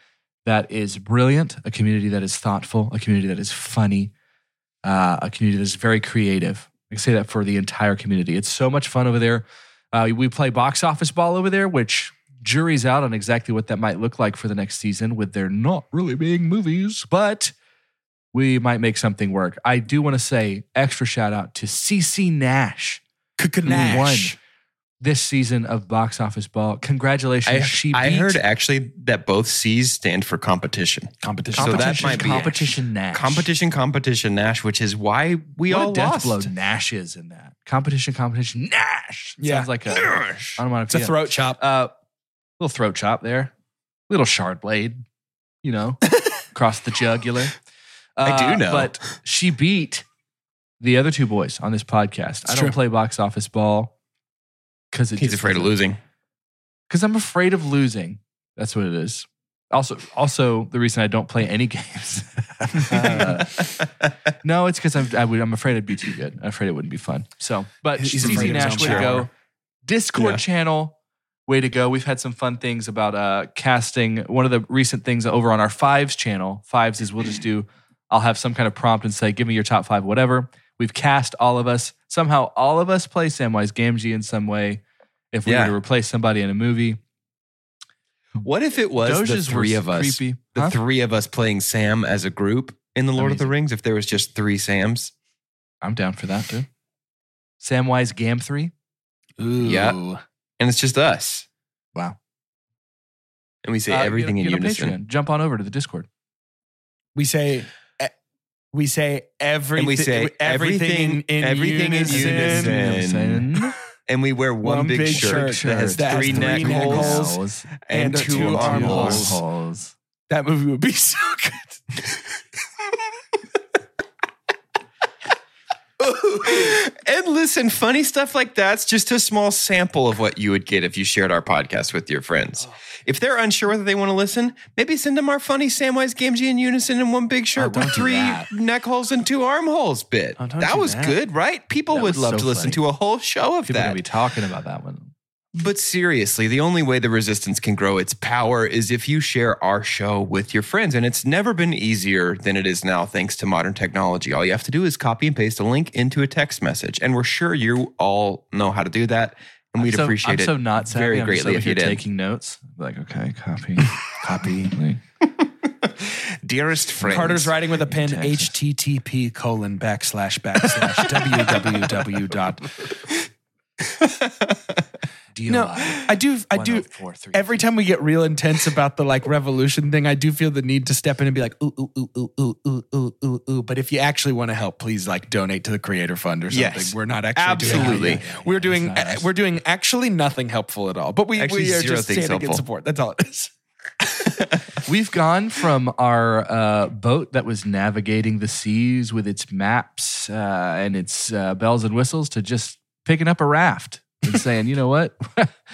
that is brilliant, a community that is thoughtful, a community that is funny, uh, a community that is very creative. I can say that for the entire community. It's so much fun over there. Uh, we play box office ball over there, which juries out on exactly what that might look like for the next season with there not really being movies, but we might make something work. I do want to say extra shout out to CC Nash.
Nash.
Won this season of box office ball. Congratulations.
I,
she
I
beat
heard actually that both C's stand for competition.
Competition.
So that
competition,
might be
competition Nash.
Competition, competition, Nash, which is why we
what
all
a
lost.
death blow Nash is in that. Competition, competition, Nash.
Yeah.
Sounds like
[LAUGHS]
a
Nash.
It's a
onomatopoeia.
throat chop.
Uh, little throat chop there. Little shard blade, you
[LAUGHS]
know, across the jugular. Uh,
I do know.
But she beat the other two boys on this podcast. I don't
true.
play box office ball because
He's afraid of losing.
Because I'm afraid of losing. That's what it is. Also, also the reason I don't play any [LAUGHS] games. [LAUGHS] Uh, no, it's because I'm I would, I'm afraid I'd be too good. I'm afraid it wouldn't be fun. So, but
He's
CC
afraid of his
Nash,
own
way to
power.
go. Discord
Yeah.
channel, way to go. We've had some fun things about uh, casting. One of the recent things over on our Fives channel, Fives is we'll just do. I'll have some kind of prompt and say, "Give me your top five, whatever." We've cast all of us. Somehow, all of us play Samwise Gamgee in some way. If we
Yeah.
were to replace somebody in a movie,
What if it was
Doges
the
were
three of us?
Creepy.
The
Huh?
three of us playing Sam as a group in The Lord of the
Amazing.
Rings, if there was just three Sams.
I'm down for that, dude. Samwise Gam three.
Yeah. And it's just us.
Wow.
And we say
Uh,
everything
get,
in
get on
unison.
Patreon. Jump on over to the Discord.
We say. eh, We say everything.
And we say
everything, in, in
everything in
unison.
unison. Sin.
Sin.
And we wear one, big, shirt, that has
that has
three, neck,
neck
holes,
holes. and
and, two,
two
armholes. [LAUGHS]
armholes. That movie would be so good.
and listen, funny stuff like that's just a small sample of what you would get if you shared our podcast with your friends. If they're unsure whether they want to listen, maybe send them our funny Samwise Gamgee in unison in one big shirt
Oh, don't
with
do
three
that.
neck holes and two armholes bit.
Oh, don't
that
do
was
that.
good, right? People
That
would
was
love
so
to listen
funny.
to a whole show of
People are
that.
gonna be talking about that one.
But seriously, the only way the resistance can grow its power is if you share our show with your friends. And it's never been easier than it is now, thanks to modern technology. All you have to do is copy and paste a link into a text message. And we're sure you all know how to do that. And we'd
I'm so,
appreciate
I'm
it.
so not savvy.
very
I'm
greatly
so
if you did.
taking notes. Like, okay,
[LAUGHS]
copy, [LAUGHS] copy.
Dearest friends.
Carter's writing with a pen.
Texas.
HTTP colon backslash
[LAUGHS]
backslash www dot. No, I do. I
oh
do. Every time we get real intense about the like revolution thing, I do feel the need to step in and be like, ooh, ooh, ooh, ooh, ooh, ooh, ooh, ooh, ooh. But if you actually want to help, please like donate to the Creator Fund or something.
Yes.
We're not actually doing [LAUGHS]
Absolutely.
that. We're doing
It's not us.
we're doing actually nothing helpful at all. But we,
Actually
we are
zero
just
things
standing in
helpful.
support. That's all it is.
We've gone from our uh, boat that was navigating the seas with its maps uh, and its uh, bells and whistles to just picking up a raft and saying, you know what,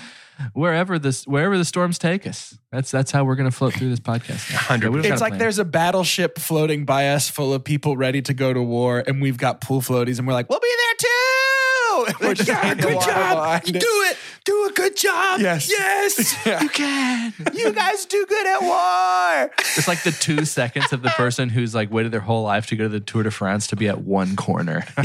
[LAUGHS] wherever this wherever the storms take us, that's that's how we're going to float through this podcast. now. Yeah, we've got
It's
a
like
plan.
there's a battleship floating by us full of people ready to go to war, and we've got pool floaties, and we're like, we'll be there too. [LAUGHS] And we're just in the water behind it.
it. Do a good job.
Yes.
Yes.
[LAUGHS] Yeah.
can.
You guys do good at war.
It's like the two seconds of the person who's like waited their whole life to go to the Tour de France to be at one corner.
[LAUGHS]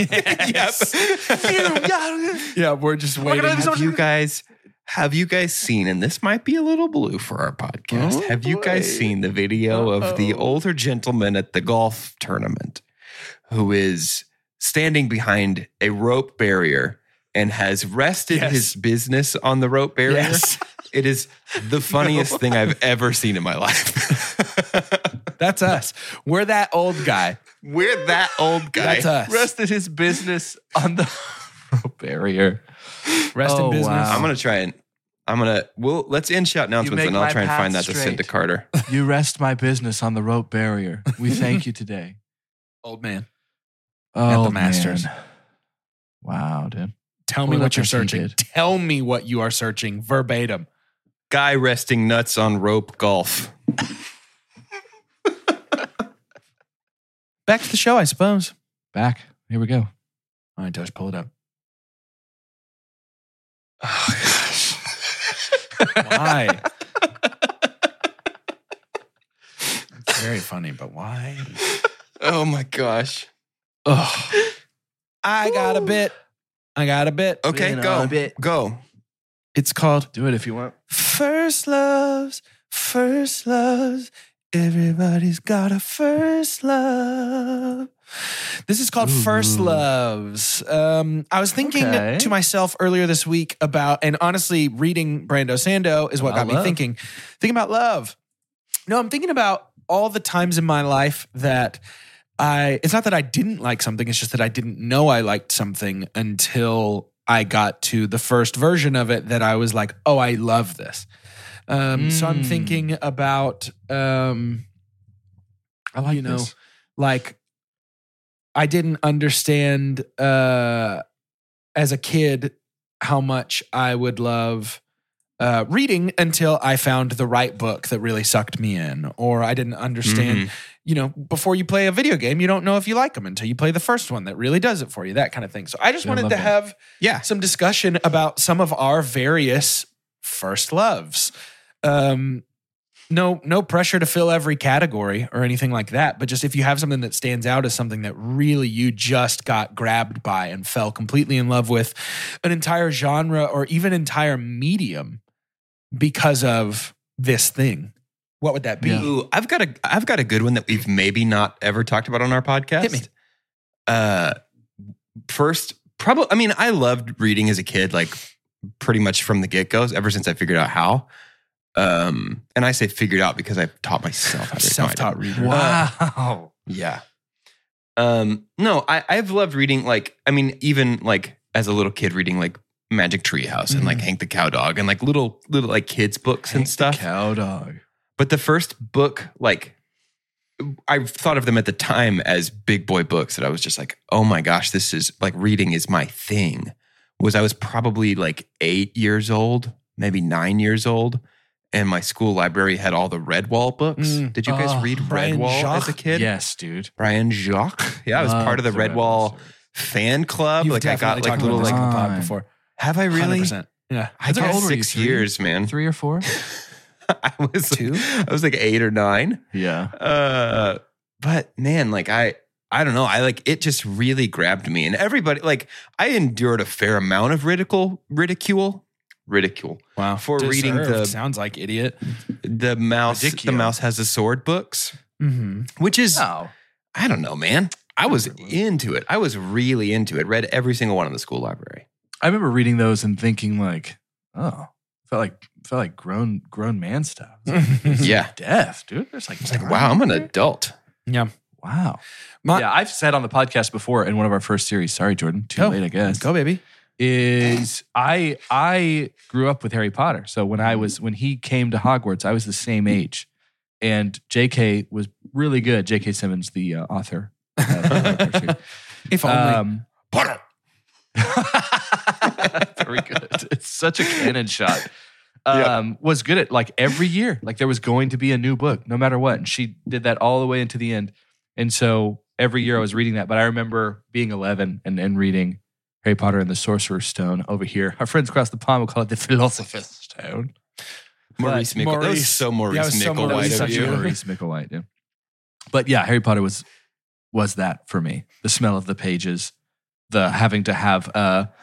Yeah, we're just waiting.
have you guys have you guys seen and this might be a little blue for our podcast
Oh,
have you guys
boy.
seen the video of the older gentleman at the golf tournament who is standing behind a rope barrier and has rested
Yes.
his business on the rope barrier
Yes.
it is
[LAUGHS]
the funniest thing i've ever seen in my life [LAUGHS]
That's us. We're that old guy.
we're that old guy
That's us.
Rested his business on the rope barrier.
Rest in
Oh,
business.
wow.
i'm gonna try and i'm gonna well let's end shout announcements
make
and i'll
my
try and
path
find that to send to
straight.
carter
You rest my business on the rope barrier. We thank you today.
old man.
Oh,
Masters.
man. Wow, dude.
Tell
Pull
me
it
what
up
you're
as he
searching.
did.
Tell me what you are searching verbatim.
Guy resting nuts on rope golf.
Back to the show, I suppose.
Back. Here we go.
All right, Tosh, pull it
[LAUGHS]
up.
Oh,
[LAUGHS] Why? It's very funny, but why?
Oh my gosh.
I got a bit. I got a bit.
Okay,
Been
go.
on it.
Go.
It's called
Do it if you want.
First loves, first loves. Everybody's got a first love. This is called First
Ooh.
Loves. Um, I was thinking
Okay.
to myself earlier this week about, and honestly, reading Brando Sando is what
About
got me
love.
thinking. Thinking about love. No, I'm thinking about all the times in my life that I, it's not that I didn't like something, it's just that I didn't know I liked something until I got to the first version of it that I was like, oh, I love this. Um, So I'm
Mm.
thinking about, um,
I like
You know,
this.
like, I didn't understand uh, as a kid how much I would love uh, reading until I found the right book that really sucked me in. Or I didn't understand, you know, before you play a video game, you don't know if you like them until you play the first one that really does it for you, that kind of thing. So I just
Yeah, I
wanted to
love that.
have
Yeah.
some discussion about some of our various first loves. Um, no, no pressure to fill every category or anything like that, but just if you have something that stands out as something that really you just got grabbed by and fell completely in love with an entire genre or even entire medium because of this thing, what would that be?
Yeah.
Ooh, I've got a I've got a good one that we've maybe not ever talked about on our podcast.
Hit me.
Uh first probably I mean, I loved reading as a kid, like pretty much from the get-goes, ever since I figured out how. Um, and I say figured out because I taught myself. how to read. No, I didn't.
Self-taught reader. [LAUGHS]
Wow.
Yeah. Um, no, I, I've loved reading like, I mean, even like as a little kid reading like Magic Treehouse and like Hank the Cow Dog and like little little like kids books
Mm. Hank
and
the
stuff.
Cow dog.
But the first book, like I thought of them at the time as big boy books that I was just like, oh my gosh, this is like reading is my thing. Was I was probably like eight years old, maybe nine years old, and my school library had all the Redwall books.
Mm.
Did you guys
Oh,
read
Brian
Redwall as a
Jacques?
kid?
Yes, dude.
Brian Jacques. Yeah, I was part of the,
Red
Redwall fan club.
You've
like I got
definitely
like
talked
little
about this
like
Redwall.
on the pod
Fine.
before.
have I really?
100%. Yeah.
I
How
guess
old were you,
six
three?
years, man.
Three or four?
[LAUGHS] I was
Two?
I was like eight or nine.
yeah.
Uh, but man, like I, I don't know. I like it just really grabbed me, and everybody like I endured a fair amount of ridicule, ridicule, ridicule
Wow.
for reading
Deserved.
the
sounds like idiot.
the mouse. The
Ridiculous.
mouse has a sword books,
Mm-hmm.
which is
Oh.
I don't know, man. I was into it. I was really into it. Read every single one in the school library.
I remember reading those and thinking like, oh, felt like felt like grown grown man stuff.
Yeah.
Death, dude. There's like,
It's like, wow, I'm an adult.
Wow.
My-
yeah, I've said on the podcast before in one of our first series. Sorry, Jordan. Too
Go.
late, I
[LAUGHS]
guess.
Go, baby.
Is I I grew up with Harry Potter. So when I was when he came to Hogwarts, I was the same age, and J.K. was really good. J.K. Simmons, the uh, author. uh,
[LAUGHS]
of Harry Potter series.
Uh,
If only.
Um,
Potter.
[LAUGHS] Very good. It's such a
[LAUGHS]
cannon shot. Um, Was good at like every year. Like there was going to be a new book, no matter what. And she did that all the way into the end. And so every year I was reading that. But I remember being 11 and, and reading Harry Potter and the Sorcerer's Stone over here. Our friends across the pond would call it the Philosopher's Stone.
Maurice Mickel. That
Maurice-
was so
Yeah, it
Maurice
was so
Nickel
Maurice
White
Maurice,
of
Such a
you.
Mickel.
Maurice Micklewhite, yeah. But yeah, Harry Potter was was that for me. The smell of the pages, the having to have uh
[LAUGHS]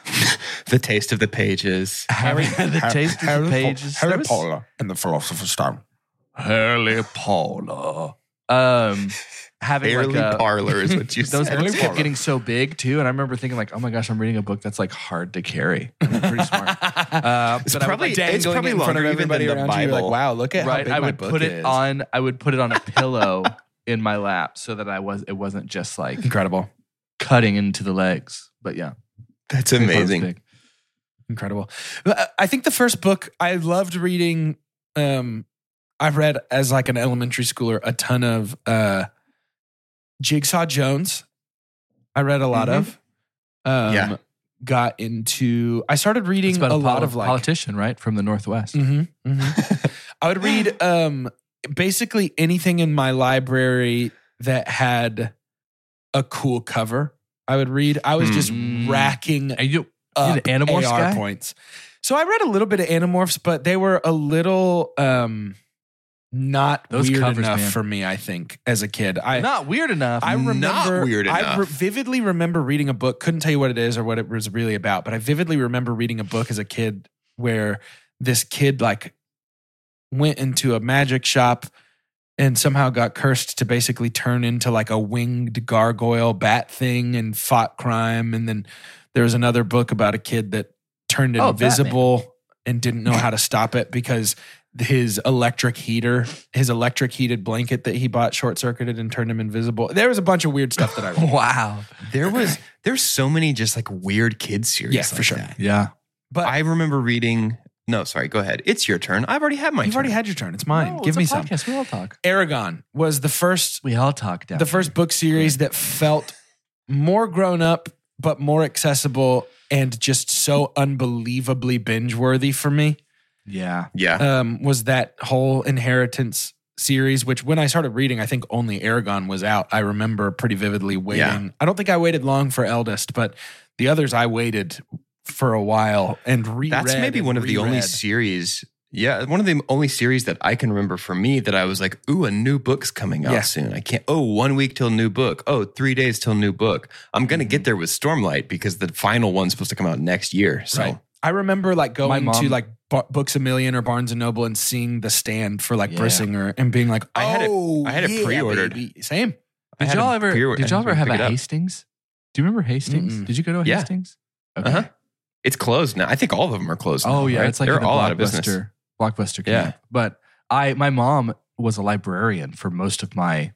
The taste of the pages.
Harry, [LAUGHS] the taste of the pages. Harry Potter and the Philosopher's Stone. Harry Potter. Um, having
Barely
like a,
parlor is
[LAUGHS]
what you
those
said.
books kept getting so big too, and I remember thinking like, oh my gosh, I'm reading a book that's like hard to carry. I'm
[LAUGHS]
pretty smart. Uh,
It's
but I would,
probably,
like,
it's
dangling
probably
it in front
longer
of
even than
everybody
the
around you. You're
Bible.
like, wow, look at how
right.
big
I
my
would
book
put
is.
it on. I would put it on a pillow [LAUGHS] in my lap so that I was it wasn't just like
Incredible,
cutting into the legs. But yeah,
That's
Harry Potter's
amazing.
big.
incredible. I- I think the first book I loved reading. Um, I read as like an elementary schooler a ton of uh, Jigsaw Jones. I read a lot of. Um,
Mm-hmm. Yeah.
got into. I started reading
It's
a,
about
lot
poli-
of like
politician, right, from the northwest.
Mhm,
Mm-hmm,
mhm. [LAUGHS] I would read um, basically anything in my library that had a cool cover. I would read. I was just
Hmm.
racking
Are you
up
an Animorphs
AR
guy?
points. So I read a little bit of Animorphs, but they were a little um, not
Those
weird
covers,
enough
man.
for me. I think as a kid, I
not weird enough?
I
Not
remember
weird
I
enough.
re- vividly remember reading a book. Couldn't tell you what it is or what it was really about, but I vividly remember reading a book as a kid where this kid like went into a magic shop and somehow got cursed to basically turn into like a winged gargoyle bat thing and fought crime. And then there was another book about a kid that turned
Oh,
invisible and didn't know how to stop it because his electric heater, his electric heated blanket that he bought short circuited and turned him invisible. There was a bunch of weird stuff that I read.
[LAUGHS] wow.
There was there's so many just like weird kids series.
Yeah, for
like
sure.
that.
Yeah.
But
I remember reading. No, sorry. Go ahead. It's your turn. I've already had my.
you've
turn.
already had your turn. It's mine.
No,
Give
it's a
me some.
podcast. We all talk.
Aragon was the first
We all talk. Down
the first book series that felt more grown up but more accessible and just so unbelievably binge worthy for me
here. Yeah.
Yeah.
um, was that whole inheritance series which when i started reading i think only aragon was out i remember pretty vividly waiting
Yeah.
i don't think i waited long for eldest but the others i waited for a while and reread
That's maybe
and
one of the only
reread.
series. Yeah, one of the only series that I can remember for me that I was like, "Ooh, a new book's coming out
Yeah.
soon." I can't. Oh, one week till new book. Oh, three days till new book. I'm gonna
Mm-hmm.
get there with Stormlight because the final one's supposed to come out next year. So
Right. I remember like
My
going
mom-
to like Bar- Books a Million or Barnes and Noble and seeing the stand for like
Yeah.
Brisinger and being like,
I had it-
oh,
I had it
yeah,
pre-ordered.
baby." Same.
I
Did
had a
y'all ever?
pre-order-
Did y'all
I
ever
didn't
have
pick
a
it up.
Hastings? Do you remember Hastings?
Mm-mm.
Did you go to a
Yeah.
Hastings?
Uh-huh. it's closed now. I think all of them are closed.
Oh
now,
yeah,
right?
it's like
they're
in the
all
blockbuster,
out of business.
Blockbuster.
Yeah.
Camp. But I, my mom was a librarian for most of my,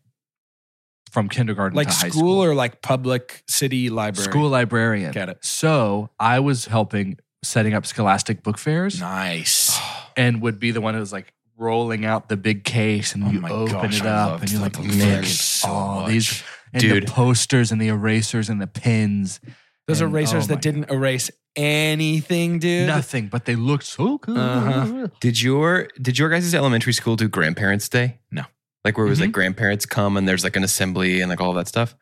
from kindergarten
Like
to high
school,
school
or like public city library.
school librarian.
Got it.
So I was helping setting up Scholastic book fairs,
Nice.
[SIGHS] and would be the one who was like rolling out the big case, and
Oh
you
my
open
gosh,
it
I
up,
loved
and you're
the
like,
book
look
fairs
at
so
all
much.
these and
Dude.
the posters and the erasers and the pins,
Those
And-
erasers
oh my
that didn't erase anything, dude.
nothing, but they looked so cool.
Uh-huh.
Did your Did your guys' elementary school do Grandparents' Day?
No.
Like where it was
Mm-hmm.
like grandparents come and there's like an assembly and like all that stuff.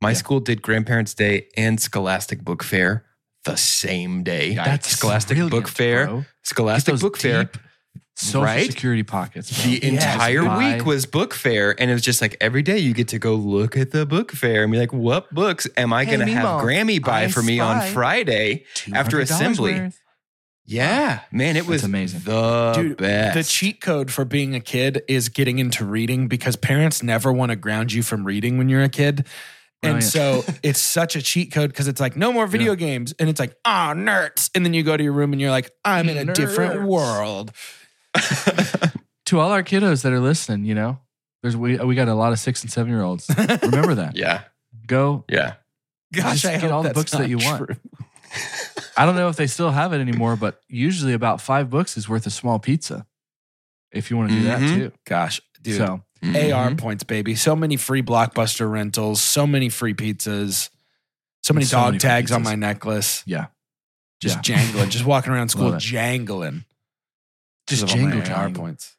My school did Grandparents' Day and Scholastic Book Fair the same day.
That's
Scholastic Book
brilliant,
Fair.
bro. Get
Scholastic
those
Book Fair.
deep Social
right?
security pockets. bro.
The entire
Buy-
week was book fair, and it was just like every day you get to go look at the book fair and be like, "What books am I
Hey,
going to have
Meemaw,
Grammy buy
I
for me on
spy.
Friday?" after
$200
assembly.
worth.
Yeah, man, it was
amazing.
The
Dude,
best.
The cheat code for being a kid is getting into reading because parents never want to ground you from reading when you're a kid. And
Brilliant. [LAUGHS]
so it's such a cheat code because it's like, no more video games. And it's like, ah, nerds. And then you go to your room and you're like, I'm in a different
Nerds.
world.
To all our kiddos that are listening, you know, there's we we got a lot of six and seven
[LAUGHS]
year olds. Remember that.
yeah,
Go.
yeah.
Gosh,
Just
I
get
hope
all the
that's
books that
not
you want.
true.
I don't know if they still have it anymore, but usually about five books is worth a small pizza. If you want to do that
Mhm.
too.
Gosh, dude.
So mm-hmm.
AR points, baby. So many free blockbuster rentals, so many free pizzas, so many
So
dog
many free
tags on
pizzas.
my necklace.
Yeah.
Just
Yeah.
jangling, just walking around school
[LAUGHS] Love it.
jangling.
just
Because of all my
jingle
AR
time.
oh points.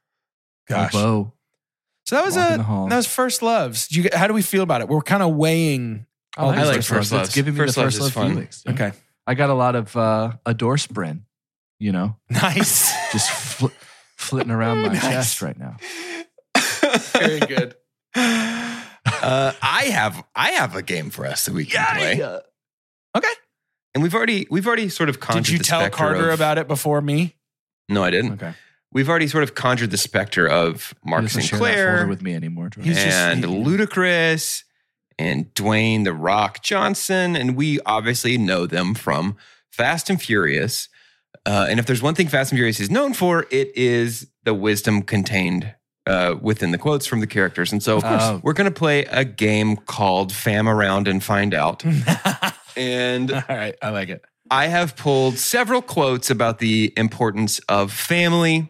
Gosh.
Gosh. So that was
Walk in
a
the hall.
that was first loves. Do you, how do we feel about it? We're kind of weighing.
I like,
I like
first,
First
loves.
Loves.
It's giving me
First
the
Loves
first
is
love
fun.
Felix. Yeah.
Okay, [LAUGHS]
I got a lot of uh, a door sprin, you know,
nice,
just fl- flitting
[LAUGHS]
around my chest right now.
very good.
[LAUGHS] Uh, I have I have a game for us that we can play.
Okay.
And we've already we've already sort of conjured.
Did you
the
tell
specter
Carter
of-
about it before me?
No, I didn't.
Okay,
We've already sort of conjured the specter of Mark
Mark
Sinclair
with me anymore. Jordan.
He's just-
and
he-
Ludacris and Dwayne the Rock Johnson, and we obviously know them from Fast and Furious. Uh, and if there's one thing Fast and Furious is known for, it is the wisdom contained uh, within the quotes from the characters. And so
Of course.
uh, we're going to play a game called Fam Around and
[LAUGHS]
Find Out. And
all right, I like it.
I have pulled several quotes about the importance of family,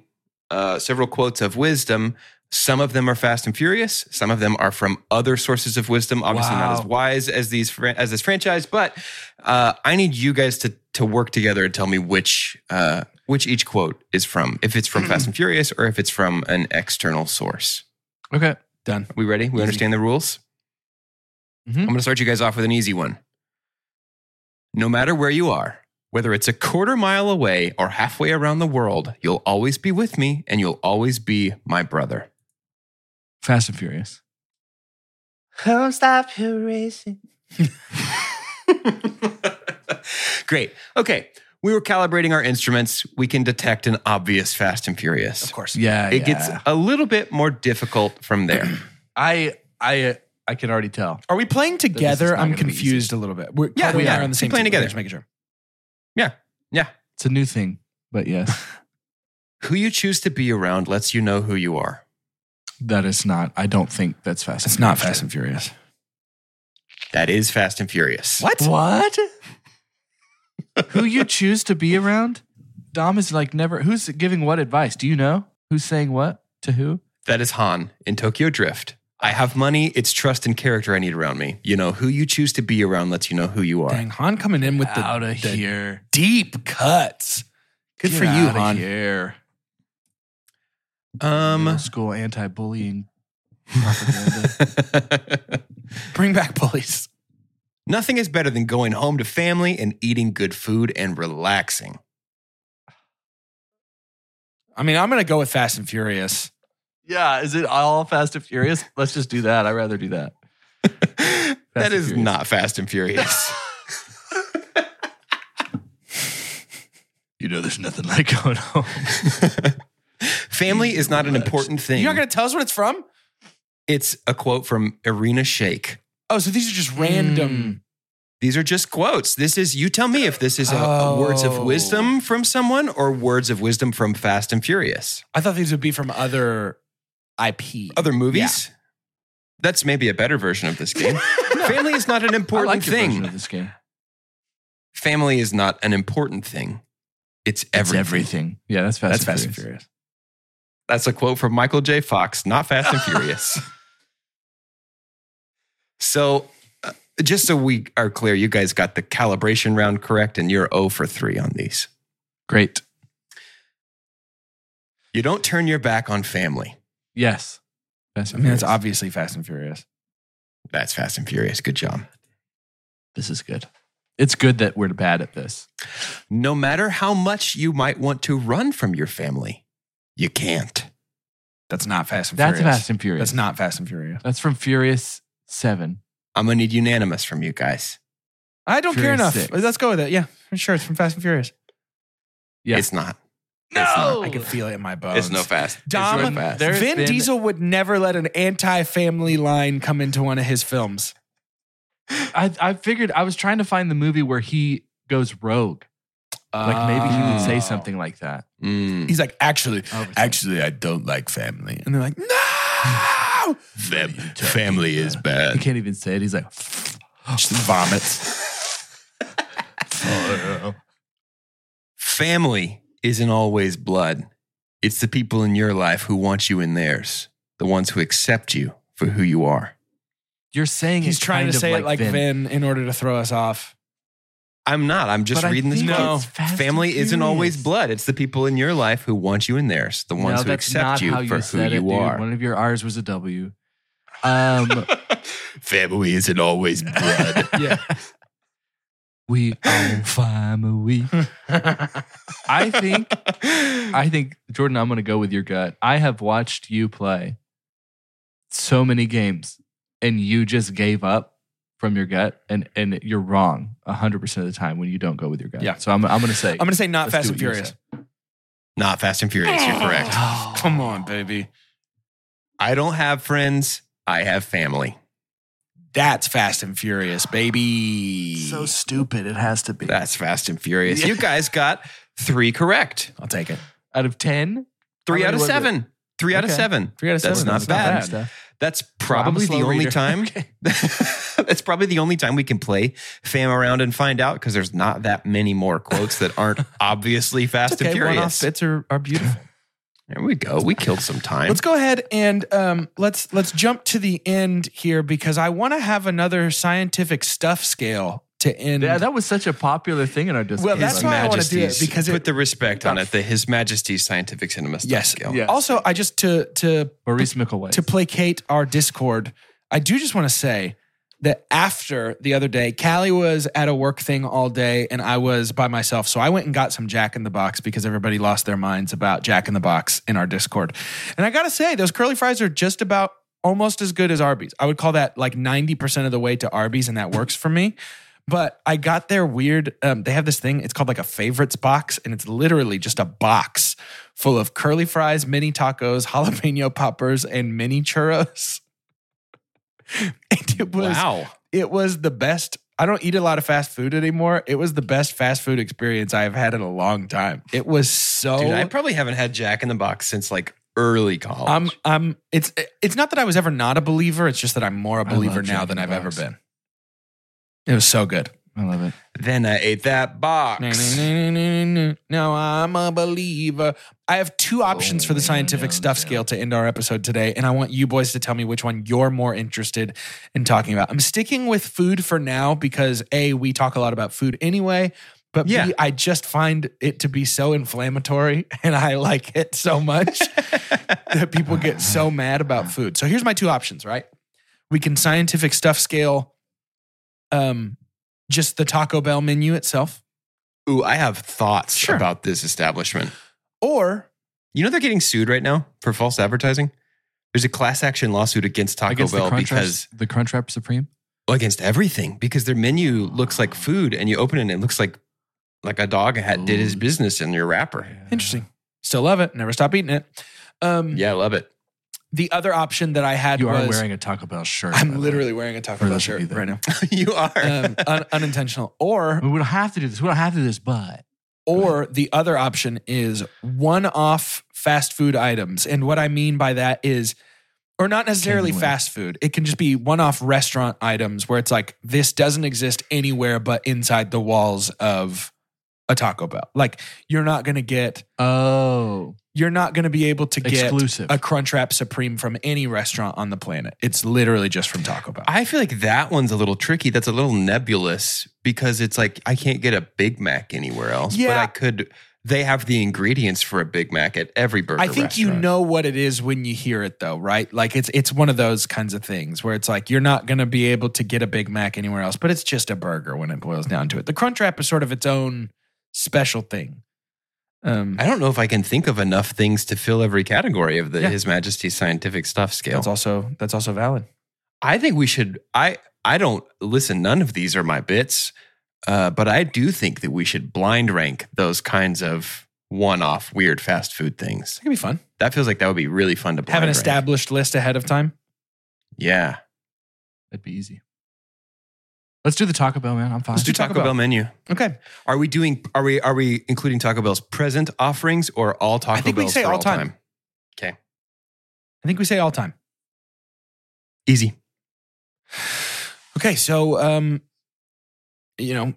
uh, several quotes of wisdom. Some of them are fast and furious. Some of them are from other sources of wisdom. Obviously,
Wow.
not as wise as these fran- as this franchise. But uh, I need you guys to to work together and tell me which uh, which each quote is from. If it's from Fast and Furious or if it's from an external source.
Okay.
Done.
We ready? We
Easy. Mm-hmm.
understand the rules.
Mhm.
I'm going to start you guys off with an easy one. No matter where you are, whether it's a quarter mile away or halfway around the world, you'll always be with me and you'll always be
[LAUGHS]
my brother.
Fast and Furious.
Great. Okay. We were calibrating our instruments. We can detect an obvious Fast and Furious.
Of course.
Yeah.
It gets
yeah.
a little bit more difficult from there.
[CLEARS THROAT]
I I I can already tell.
Are we playing together?
not
I'm
gonna be easy.
confused a little bit. We're,
Yeah,
Carter and I
yeah.
are on the
Keep
same
playing
team.
together.
Just making sure.
It's a new thing, but
[LAUGHS]
yes,
Who you choose to be around lets you know who you are.
that is not. I don't think that's Fast.
It's
and
not
Furious.
Fast and Furious.
That is Fast and Furious.
What?
What? Who you choose to be around? Dom is like never. Who's giving what advice? Do you know who's saying what to who?
That is Han in Tokyo Drift. I have money. It's trust and character I need around me. You know, who you choose to be around lets you know who you are.
Dang, Han coming in with the,
Outta
the
here.
deep cuts. Good
Get
for you,
outta
Han.
Here. Middle
Um,
school [LAUGHS] anti-bullying propaganda.
Bring back bullies.
[LAUGHS] nothing is better than going home to family and eating good food and relaxing. [LAUGHS]
I mean, I'm going to go with Fast and Furious.
yeah, is it all Fast and Furious? Let's just do that. I'd rather do that.
that
and
is
Furious.
not Fast and Furious. [LAUGHS]
You know, there's nothing like going home.
family is not an
Relax.
important thing.
You're not going to tell us what it's from?
it's a quote from Irina Shayk.
Oh, so these are just random.
Hmm.
These are just quotes. This is you tell me if this is a, a words of
Oh.
wisdom from someone or words of wisdom from Fast and Furious.
I thought these would be from other IP.
Other movies? That's maybe a better version of
[LAUGHS]
this game. Family is not an
I
important
like your version
thing.
of this game.
Family is not an important thing. It's everything.
It's everything. Yeah, that's Fast.
That's Fast and Furious. That's a quote from Michael J. Fox, not Fast and
[LAUGHS]
Furious. So, uh, just so we are clear, you guys got the calibration round correct, and you're 0 for 3 on these.
Great.
You don't turn your back on family.
Yes. Fast
I
and
mean, that's
Furious.
obviously Fast and Furious.
That's Fast and Furious. Good job.
This is good. It's good that we're bad at this.
No matter how much you might want to run from your family, you can't.
That's not Fast and
That's
Furious.
Fast and Furious.
That's not Fast and Furious.
That's from Furious Seven.
I'm going to need unanimous from you guys.
I don't
Furious
care enough.
six.
Let's go with it. Yeah, I'm sure it's from Fast and Furious.
Yeah.
It's not.
I can feel it in my bones.
It's no fast. It's
Dom,
no fast.
there- There's
Vin
been-
Diesel would never let an anti-family line come into one of his films.
I, I figured I was trying to find the movie where he goes rogue. Like maybe he would say
Oh.
something like that.
Mm.
He's like, actually,
Oh, it's-
actually, I don't like family, and they're like,
[LAUGHS]
no,
family is
He
bad.
can't even say it. He's like,
just
[LAUGHS]
vomits.
Family isn't always blood. It's the people in your life who want you in theirs, the ones who accept you for who you are.
you're saying
He's
it
trying
kind
to
of
say
like
it like Vin.
Vin.
in order to throw us
[LAUGHS]
off.
I'm not. I'm just
But I
reading this
think
quote.
it's Fast and
Family isn't always
Furious.
blood. It's the people in your life who want you in theirs, the ones
no,
who
that's
accept
not
you
how
for who
said it,
you
dude.
are. [LAUGHS]
One of your R's was a W.
[LAUGHS]
Um,
Family isn't always blood.
Yeah,
we
[LAUGHS]
all family. I think I think Jordan, I'm going to go with your gut. I have watched you play so many games, and you just gave up from your gut, and and you're wrong 100 percent of the time when you don't go with your gut.
Yeah.
So I'm I'm going to say
I'm gonna say not Fast
Let's do
and
what you
Furious.
said.
[LAUGHS] Not Fast and Furious. You're correct.
Come on, baby,
I don't have friends. I have family.
that's Fast and Furious, baby.
so stupid. It has to be
That's Fast and Furious. You guys got three correct.
I'll take it.
out of ten.
Three out
How many
of
was it?
seven. Three out of
Okay.
seven.
Three out of
That's
seven.
not bad.
Bad stuff.
That's
Well, I'm a
probably
slow
the only
reader.
time.
Okay.
[LAUGHS] that's probably the only time we can play fam around and find out because there's not that many more quotes
[LAUGHS]
that aren't obviously Fast and
one-off
Furious.
bits are, are beautiful.
There we go. We killed some
[LAUGHS]
time.
Let's go ahead and um, let's let's jump to the end here because I want to have another scientific stuff scale to end.
Yeah, that was such a popular thing in our Discord.
Well, that's
His
Like,
why I wanna do it,
Majesty's-
because it-
put the respect on it. The His Majesty's Scientific Cinema Star
Yes.
Scale.
Yeah.
also, I just to to
Maurice Mickleway.
to placate our Discord, I do just want to say that after the other day, Callie was at a work thing all day and I was by myself. So I went and got some Jack in the Box because everybody lost their minds about Jack in the Box in our Discord. And I got to say, those curly fries are just about almost as good as Arby's. I would call that like 90% of the way to Arby's, and that works for me. But I got their weird, um, they have this thing, it's called like a favorites box, and it's literally just a box full of curly fries, mini tacos, [LAUGHS] jalapeno poppers, and mini churros. [LAUGHS] and it was
Wow.
it was the best. I don't eat a lot of fast food anymore. It was the best fast food experience I've had in a long time. It was so
Dude, I probably haven't had Jack in the Box since like early college.
I'm I'm it's it's not that I was ever not a believer, it's just that I'm more a
love
believer
Jack
now
in
than
the
I've ever
Box.
been. It was so good.
I love it.
then I ate that box.
Now I'm a believer. I have two options for the
man,
scientific
down,
stuff
down.
scale to end our episode today, and I want you boys to tell me which one you're more interested in talking about. I'm sticking with food for now because A, we talk a lot about food anyway, but
Yeah.
B, I just find it to be so inflammatory [LAUGHS] and I like it so much that people get so mad about food. So here's my two options, right? We can scientific stuff scale um just the Taco Bell menu itself.
Ooh, I have thoughts
Sure.
about this establishment.
Or
You know they're getting sued right now for false advertising. There's a class action lawsuit against Taco
Against
Bell
the Crunchwrap-
because
the Crunchwrap Supreme.
well, against everything because their menu looks like food, and you open it and it looks like like a dog had did his
Ooh.
business in your wrapper.
Uh-huh.
interesting. Still love it. Never stop eating it. Um,
Yeah, I love it. [LAUGHS]
The other option that I had
You
was
are wearing a Taco Bell shirt. by the
I'm
way.
literally wearing a Taco
For
Bell
those of you
shirt
that-
right now.
[LAUGHS]
you are. [LAUGHS]
Um, un- unintentional. Or
I mean, we don't have to do this. We don't have to do this, but
Or the other option is one off fast food items. And what I mean by that is, or not necessarily
Genuine.
fast food, it can just be one off restaurant items where it's like, this doesn't exist anywhere but inside the walls of a Taco Bell. Like, you're not going to get,
oh,
you're not going to be able to get
exclusive.
a Crunchwrap Supreme from any restaurant on the planet. It's literally just from Taco Bell.
I feel like that one's a little tricky. That's a little nebulous because it's like I can't get a Big Mac anywhere else, but
Yeah.
I could. They have the ingredients for a Big Mac at every burger.
I think you
restaurant.
know what it is when you hear it though, right? Like it's it's one of those kinds of things where it's like you're not going to be able to get a Big Mac anywhere else, but it's just a burger when it boils down to it. The Crunchwrap is sort of its own special thing. Um
I don't know if I can think of enough things to fill every category of the
Yeah.
His Majesty's Scientific Stuff scale.
that's also that's also valid.
I think we should. I I don't listen. None of these are my bits, uh, but I do think that we should blind rank those kinds of one-off weird fast food things.
It could be fun.
That feels like that would be really fun to blind
Have an
rank.
established list ahead of time.
Yeah,
That'd be easy. Let's do the Taco Bell, man. I'm fine.
let's do Taco, Bell menu.
Okay.
Are we doing? Are we? Are we including Taco Bell's present offerings or all Taco
think we
Bell's
say
for
all
all,
time.
time. Okay,
I think we say all time.
easy.
Okay, so um you know,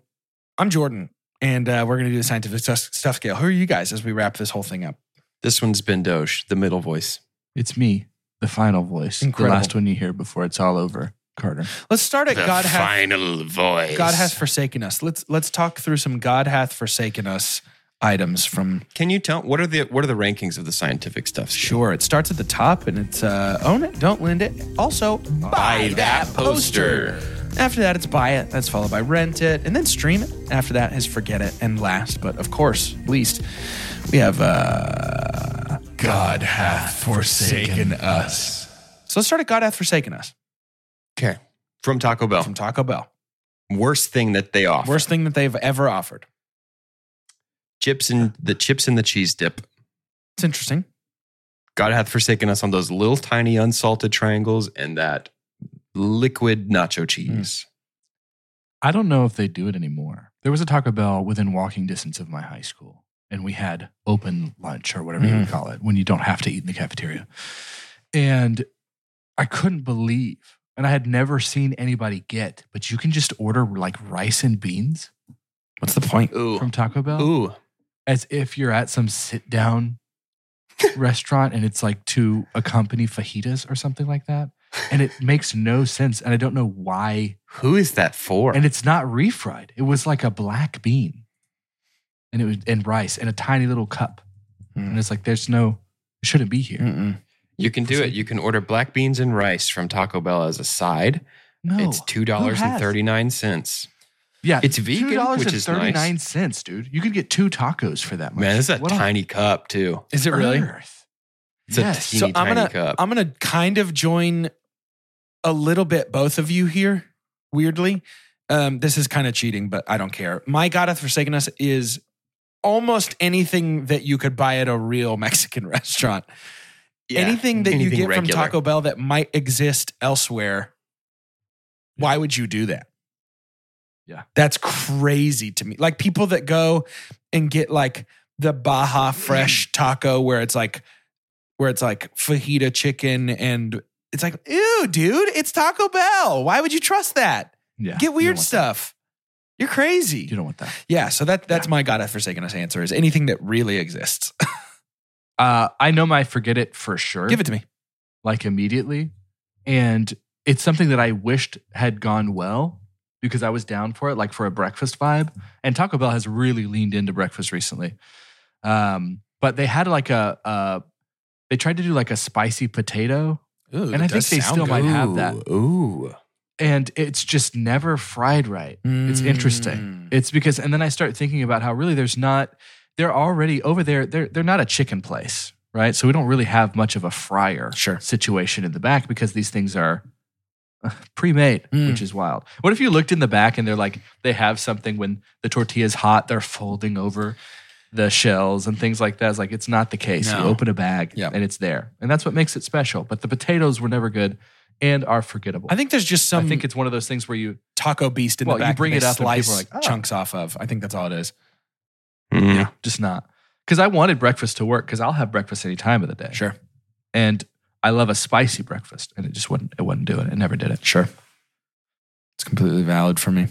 I'm Jordan and uh, we're going to do the scientific stuff, stuff scale. Who are you guys as we wrap this whole thing up?
This one's been Doge, the middle voice.
It's me, the final voice,
Incredible.
the last one you hear before it's all over. Carter,
Let's start at God hath
final voice.
God hath forsaken us. Let's let's talk through some God hath forsaken us items from
Can you tell what are the what are the rankings of the scientific stuff? scale?
Sure. It starts at the top and it's uh, own it, don't lend it. Also, buy that poster. After that, it's buy it. That's followed by rent it, and then stream it. After that is forget it, and last but of course least, we have uh, God hath forsaken us. So let's start at God hath forsaken us
Okay, from Taco Bell,
from Taco Bell.
worst thing that they offer.
Worst thing that they've ever offered.
chips and the chips and the cheese dip.
It's interesting.
God hath forsaken us on those little tiny unsalted triangles and that liquid nacho cheese.
I don't know if they do it anymore. There was a Taco Bell within walking distance of my high school, and we had open lunch or whatever
Mm-hmm.
you would call it when you don't have to eat in the cafeteria. And I couldn't believe, and I had never seen anybody get, but you can just order like rice and beans
What's the point?
Ooh,
from Taco Bell.
ooh,
as if you're at some
[LAUGHS]
sit down restaurant and it's like to accompany fajitas or something like that. and it makes no sense. And I don't know why.
Who is that for?
And it's not refried. It was like a black bean, and it was and rice and a tiny little cup.
Hmm.
And it's like there's no, it shouldn't be here.
Mm-mm.
you can do it. You can order black beans and rice from Taco Bell as a side.
No, Uh,
It's two dollars and
thirty.
thirty nine cents.
Yeah,
It's vegan,
$2.39,
which is nice.
dude. You could get two tacos for that much.
Man, this is a
What on
tiny cup too.
Is it really?
earth?
It's
yes.
a teeny
So I'm
tiny
gonna um,
cup.
I'm gonna kind of join a little bit both of you here. Weirdly, um, this is kind of cheating, but I don't care. My God hath forsaken us is almost anything that you could buy at a real [LAUGHS] Mexican restaurant.
Yeah,
anything that you
anything
get from
regular.
Taco Bell that might exist elsewhere, why would you do that?
Yeah.
That's crazy to me. Like people that go and get like the
[CLEARS THROAT]
Baja fresh taco where it's like where it's like fajita chicken and it's like, ew, dude, it's Taco Bell. Why would you trust that?
yeah, you
Get
don't
weird
want
stuff. You're
that.
crazy.
You don't want that.
yeah, so that that's my God hath forsaken us answer is anything that really exists. [LAUGHS]
Uh, I know my forget it for sure.
Give it to me.
like immediately. And it's something that I wished had gone well because I was down for it, like for a breakfast vibe. And Taco Bell has really leaned into breakfast recently. Um, but they had like a, uh, they tried to do like a spicy potato,
Ooh,
And I think they still might have that.
Ooh.
and it's just never fried right. It's interesting. It's because, and then I start thinking about how really there's not, they're already over there. They're they're not a chicken place, right? So we don't really have much of a fryer
Sure.
situation in the back because these things are uh, pre-made,
Mm.
which is wild. What if you looked in the back and they're like they have something when the tortilla's hot, they're folding over the shells and things like that. It's like it's not the case. You
No.
open a bag
Yeah.
and it's there, and that's what makes it special. But the potatoes were never good and are forgettable.
I think there's just some
I think it's one of those things where you
taco beast in
Well,
the
you
back.
bring
they
it up and people are
slice
like, "Oh."
chunks off of. I think that's all it is.
Mm.
just not because I wanted breakfast to work because I'll have breakfast any time of the day.
Sure,
and I love a spicy breakfast, and it just wouldn't it wouldn't do it. It never did it.
sure. It's completely valid for me.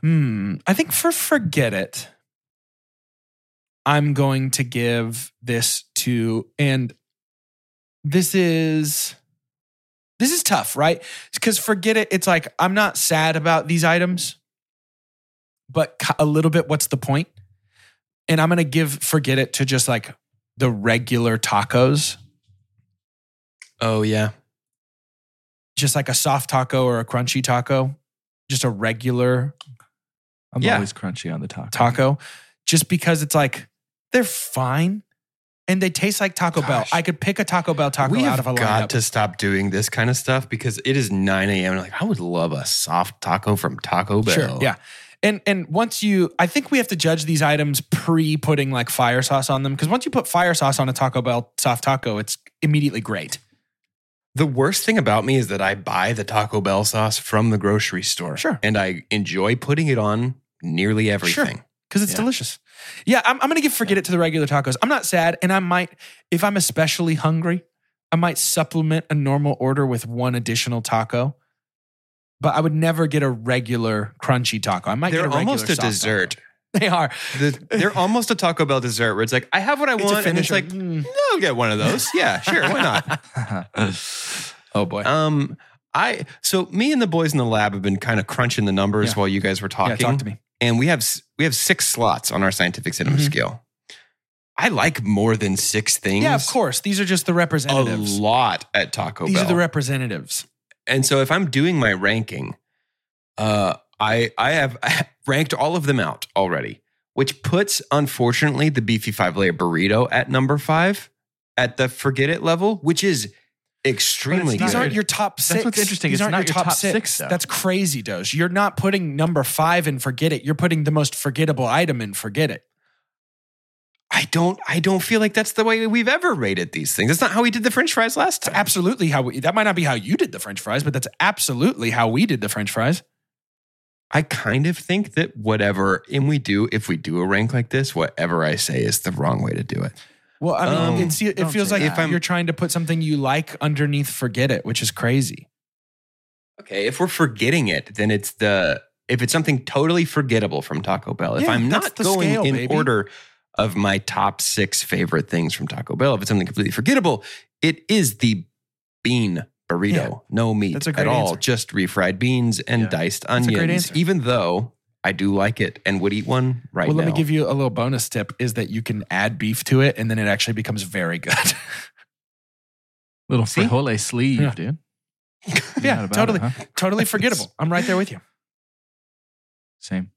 Hmm. I think for forget it, I'm going to give this to and this is this is tough, right? Because forget it. It's like I'm not sad about these items, but ki- a little bit. What's the point? And I'm gonna give forget it to just like the regular tacos.
Oh yeah.
just like a soft taco or a crunchy taco, just a regular
I'm
Yeah.
always crunchy on the taco.
taco, just because it's like they're fine and they taste like Taco Bell.
Gosh.
I could pick a Taco Bell taco
we
out
have
of a
got
lineup.
to stop doing this kind of stuff because it is 9 a.m. and, Like I would love a soft taco from Taco Bell.
Sure, yeah. And and once you, I think we have to judge these items pre putting like fire sauce on them because once you put fire sauce on a Taco Bell soft taco, it's immediately great.
The worst thing about me is that I buy the Taco Bell sauce from the grocery store.
Sure.
And I enjoy putting it on nearly everything.
because it's
Yeah.
delicious. Yeah, I'm, I'm gonna give forget it to the regular tacos. I'm not sad, and I might, if I'm especially hungry, I might supplement a normal order with one additional taco. But I would never get a regular crunchy taco. I might
They're
get a regular
almost a
soft taco.
dessert.
[LAUGHS] They
[LAUGHS]
are.
The- they're almost a Taco Bell dessert where it's like, I have what I
It's a
want. And it's
finisher.
like,
Mm.
no, I'll get one of those. Yeah, sure. Why
[LAUGHS]
not?
oh boy.
Um, I so me and the boys in the lab have been kind of crunching the numbers
Yeah.
while you guys were talking.
yeah, talk to me.
and we have s- we have six slots on our scientific cinema
Mhm.
scale. I like more than six things.
Yeah, of course. These are just the
A
representatives.
lot at Taco
These
Bell.
are the representatives.
and so if I'm doing my ranking, uh, I I have [LAUGHS] ranked all of them out already, which puts unfortunately the beefy five layer burrito at number five at the forget it level, which is extremely
not-
These
good.
aren't your top six.
That's what's interesting.
These
It's
aren't
not
your top, six.
though.
That's crazy, Doge. You're not putting number five in forget it. You're putting the most forgettable item in forget it.
I don't I don't feel like that's the way we've ever rated these things. That's not how we did the French fries last time.
Absolutely, how we, that might not be how you did the French fries, but that's absolutely how we did the French fries.
I kind of think that whatever, and we do, if we do a rank like this, whatever I say is the wrong way to do it.
Well, I mean,
Um,
it's, it
don't
feels
say
like
that. If I'm-
you're trying to put something you like underneath forget it, which is crazy.
Okay, if we're forgetting it, then it's the if it's something totally forgettable from Taco Bell. If
Yeah,
I'm
that's
not
the
going
scale,
in
baby.
order of my top six favorite things from Taco Bell, if it's something completely forgettable, it is the bean burrito.
Yeah.
No meat
That's a
at
great
all.
answer.
Just refried beans and
Yeah.
diced
a
onions.
great answer.
Even though I do like it and would eat one right
well,
now.
let me
[LAUGHS]
give you a little bonus tip: is that you can add beef to it, and then it actually becomes very good. [LAUGHS]
Little
See?
frijole sleeve,
Yeah.
dude.
[LAUGHS]
You're
yeah,
not about
totally,
it, huh?
totally forgettable. I'm right there with you.
Same.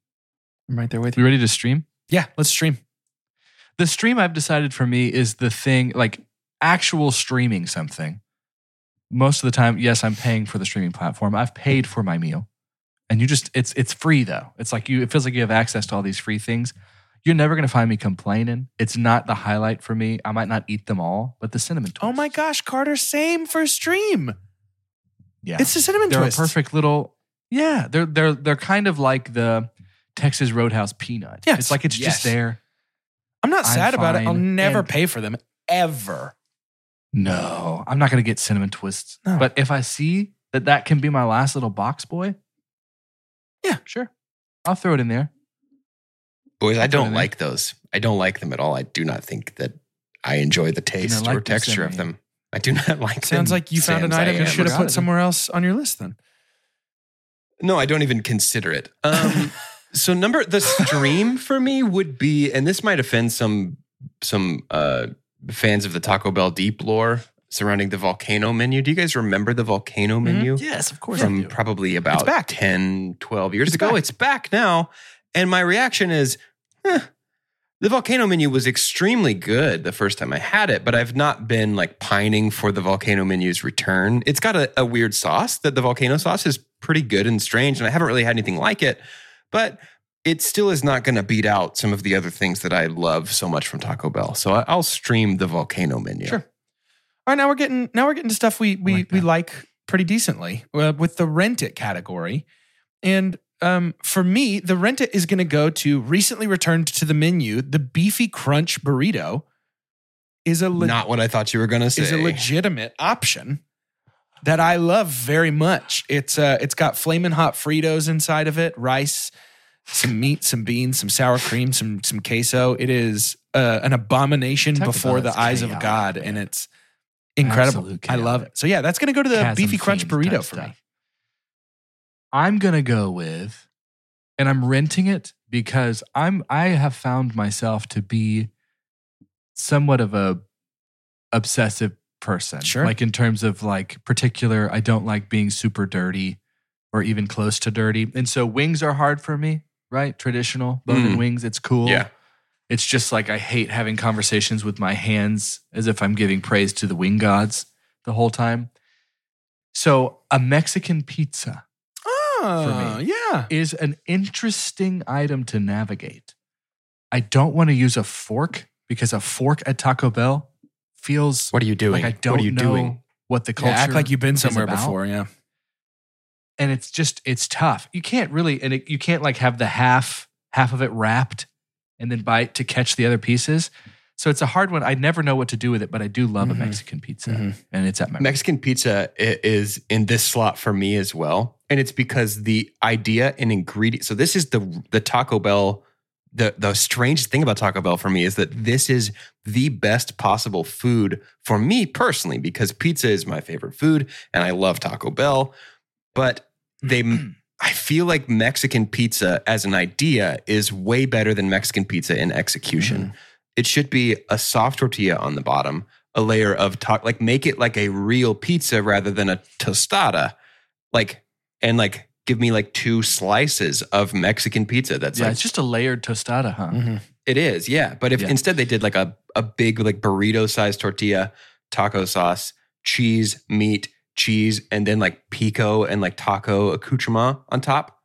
I'm right there with
You ready to stream?
Yeah, let's stream.
The stream I've decided for me is the thing like actual streaming something. Most of the time, yes, I'm paying for the streaming platform. I've paid for my meal. And you just it's it's free though. It's like you it feels like you have access to all these free things. You're never gonna find me complaining. It's not the highlight for me. I might not eat them all, but the cinnamon twist.
Oh my gosh, Carter, same for stream.
Yeah.
It's the cinnamon
they're
twist.
a perfect little yeah they're they're they're kind of like the texas roadhouse peanut
Yes.
it's like it's
Yes.
just there
I'm not
I'm
sad about it. I'll
fine.
never
And-
pay for them ever.
no i'm not gonna get cinnamon twists
No.
but if i see that that can be my last little box boy
Yeah.
sure i'll throw it in there
Boys, I
I'll put it
don't
in.
like those. I don't like them at all. I do not think that I enjoy the taste
like
or
them,
texture of
Sammy.
them. I do [LAUGHS] not like
Sounds
them.
like you found an
Sam's, I
item you
am.
should have
Got
put
it.
somewhere else on your list then.
No, I don't even consider it.
[LAUGHS]
Um, so number the stream for me would be, and this might offend some some uh, fans of the Taco Bell deep lore surrounding the volcano menu. Do you guys remember the volcano
Mm-hmm.
menu?
yes of course
from probably about
back.
10, 12 years
It's
ago.
back.
It's back now. And my reaction is, eh, the volcano menu was extremely good the first time I had it, but I've not been like pining for the volcano menu's return. It's got a, a weird sauce that the volcano sauce is pretty good and strange, and I haven't really had anything like it, but it still is not going to beat out some of the other things that I love so much from Taco Bell. So I, I'll stream the volcano menu.
Sure. All right, now we're getting now we're getting to stuff we we
like
we
that.
like pretty decently uh, with the rent it category, and um, for me, the rent it is going to go to recently returned to the menu. The beefy crunch burrito is a le-
Not what I thought you were going to say.
is a legitimate option that I love very much. It's uh, it's got flaming hot Fritos inside of it, rice, some meat, some beans, some sour cream, some some queso. It is uh, an abomination
Taco
before
Bell
the
is
eyes of
chaotic,
God,
man.
and it's incredible.
Absolute
I love
chaotic.
it. So yeah, that's gonna go to the
Chasm
beefy crunch
fiend type
burrito for me.
stuff. I'm gonna go with, and I'm renting it because I'm I have found myself to be somewhat of a obsessive person.
Sure.
Like in terms of like particular, I don't like being super dirty or even close to dirty. And so wings are hard for me, right? Traditional bone and
Mm.
wings, it's cool.
Yeah.
It's just like I hate having conversations with my hands as if I'm giving praise to the wing gods the whole time. So a Mexican pizza
Oh, yeah.
is an interesting item to navigate. I don't want to use a fork because a fork at Taco Bell feels
What are you doing?
like I don't
what are you
know
doing?
what the
Yeah,
culture.
act like you've been
is
somewhere
about.
before. Yeah.
and it's just it's tough. You can't really, and it, you can't like have the half half of it wrapped and then bite to catch the other pieces. So it's a hard one. I never know what to do with it, but I do love
Mhm.
a Mexican pizza,
Mhm.
and it's at my [CLEARS THROAT]
Mexican pizza i- is in this slot for me as well, and it's because the idea and ingredient. So this is the the Taco Bell. The the strangest thing about Taco Bell for me is that this is the best possible food for me personally because pizza is my favorite food and I love Taco Bell, but they. I feel like Mexican pizza as an idea is way better than Mexican pizza in execution. It should be a soft tortilla on the bottom, a layer of ta- like make it like a real pizza rather than a tostada, like and like give me like two slices of Mexican pizza. That's
yeah,
like
it's just a layered tostada, huh?
Mhm.
it is, yeah. But if
Yeah.
instead they did like a, a big like burrito sized tortilla, taco sauce, cheese, meat, cheese, and then like pico and like taco accoutrement on top,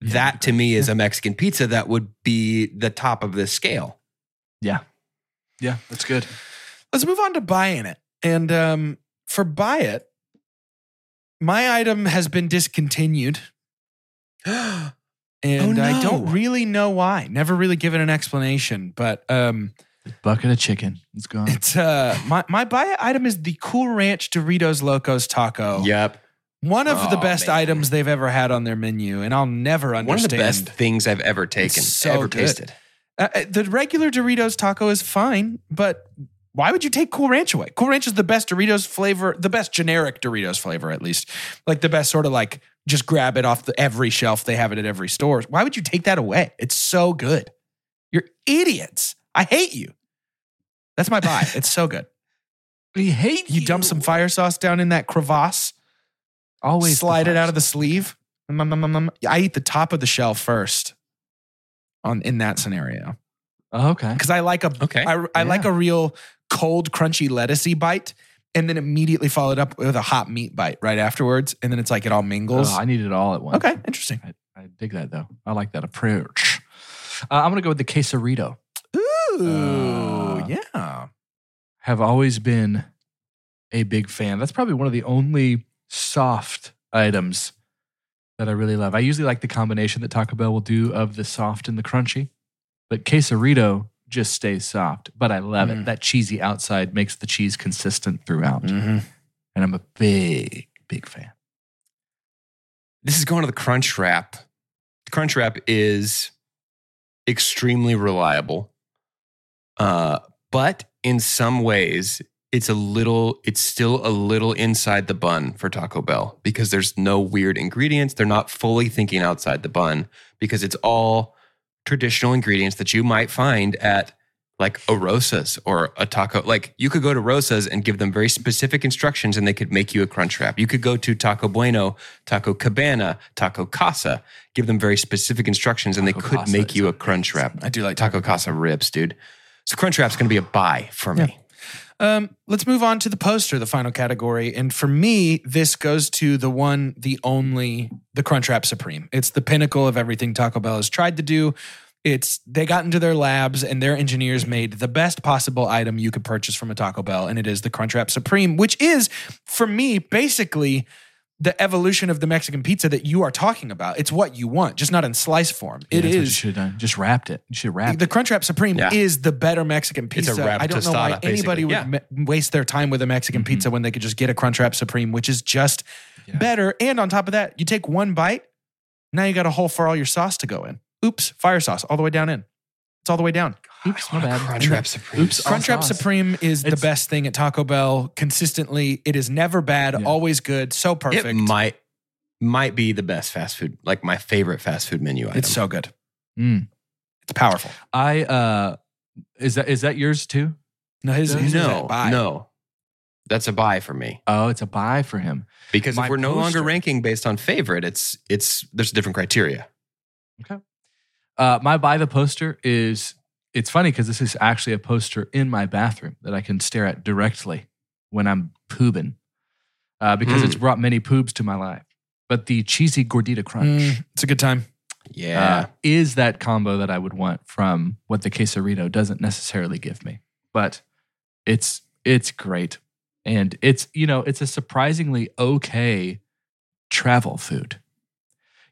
Yeah,
that to me is a Mexican pizza that would be the top of this scale.
Yeah, that's good.
Let's move on to buying it. And um, for buy it, my item has been discontinued. And
[GASPS] Oh,
I don't
no.
really know why. Never really given an explanation, but um,
Bucket of chicken, it's gone.
it's uh, my my buy it item is the Cool Ranch Doritos Locos Taco.
Yep.
one of the
Oh,
best
man.
items they've ever had on their menu, and I'll never understand.
One of the best things I've ever taken,
so
ever
good.
tasted.
Uh, uh, the regular Doritos taco is fine, but Why would you take Cool Ranch away? Cool Ranch is the best Doritos flavor, the best generic Doritos flavor, at least. Like the best sort of like just grab it off the, every shelf. They have it at every store. Why would you take that away? It's so good. You're idiots. I hate you. That's my buy. It's so
[LAUGHS]
good.
We hate
You dump some fire sauce down in that crevasse,
[CLEARS THROAT] Always
slide it out of
the.
the sleeve. Mm, mm, mm, mm, mm. I eat the top of the shell first on in that scenario.
Oh, okay.
Because I like a
Okay.
I, I like
Yeah.
a real cold, crunchy lettucey bite, and then immediately followed up with a hot meat bite right afterwards, and then it's like it all mingles.
Oh, I need it all at once.
okay, interesting.
I, I dig that though. I like that approach. Uh, I'm gonna go with the quesarito.
Ooh,
Uh,
yeah.
Have always been a big fan. That's probably one of the only soft items that I really love. I usually like the combination that Taco Bell will do of the soft and the crunchy, but quesarito just stays soft. But I love
Mm.
it. That cheesy outside makes the cheese consistent throughout,
Mm-hmm.
and I'm a big, big fan.
This is going to the crunch wrap. Crunch wrap is extremely reliable. Uh, but in some ways, it's a little, it's still a little inside the bun for Taco Bell because there's no weird ingredients. They're not fully thinking outside the bun because it's all traditional ingredients that you might find at like a Rosa's or a taco. Like you could go to Rosa's and give them very specific instructions and they could make you a crunch wrap. You could go to Taco Bueno, Taco Cabana, Taco Casa, give them very specific instructions and they
Taco
could
Casa
make
is
you a crunch wrap. I do like Taco Casa ribs, dude. So crunch wrap's gonna be a buy for me.
Um, let's move on to the poster, the final category. And for me, this goes to the one, the only, the Crunchwrap Supreme. It's the pinnacle of everything Taco Bell has tried to do. It's they got into their labs and their engineers made the best possible item you could purchase from a Taco Bell, and it is the Crunchwrap Supreme, which is for me basically the evolution of the Mexican pizza that you are talking about. It's what you want, just not in slice form. It
Yeah, that's what you
is
should have done. Just wrapped it. You should have wrapped
the Crunchwrap Supreme
Yeah.
is the better Mexican
It's
pizza.
a wrapped
I don't know why
tostada,
anybody
basically.
would
Yeah. Mm-hmm.
me- waste their time with a Mexican pizza when they could just get a Crunchwrap Supreme, which is just
Yeah.
better. And on top of that, you take one bite, now you got a hole for all your sauce to go in. Oops, fire sauce all the way down in. It's all the way down.
it. Oops, my bad.
Crunch wrap supreme.
Oops, all
Crunchwrap
sauce.
Supreme is the
It's-
best thing at Taco Bell consistently. It is never bad,
Yeah.
always good, so perfect.
It might might be the best fast food, like my favorite fast food menu item.
it's so good.
Mm.
It's powerful.
I uh is that is that yours too?
No, his, his is
no,
that buy.
no. That's a buy for me.
Oh, it's a buy for him.
Because
My
if we're no
poster.
longer ranking based on favorite, it's it's there's different criteria.
Uh my buy the poster is it's funny because this is actually a poster in my bathroom that I can stare at directly when I'm pooping. Uh, because it's brought many poops to my life. But the cheesy gordita crunch
Mm, it's a good
[LAUGHS]
time. [LAUGHS]
uh, is that combo that I would want from what the quesarito doesn't necessarily give me. But it's it's great. And it's, you know, it's a surprisingly okay travel food.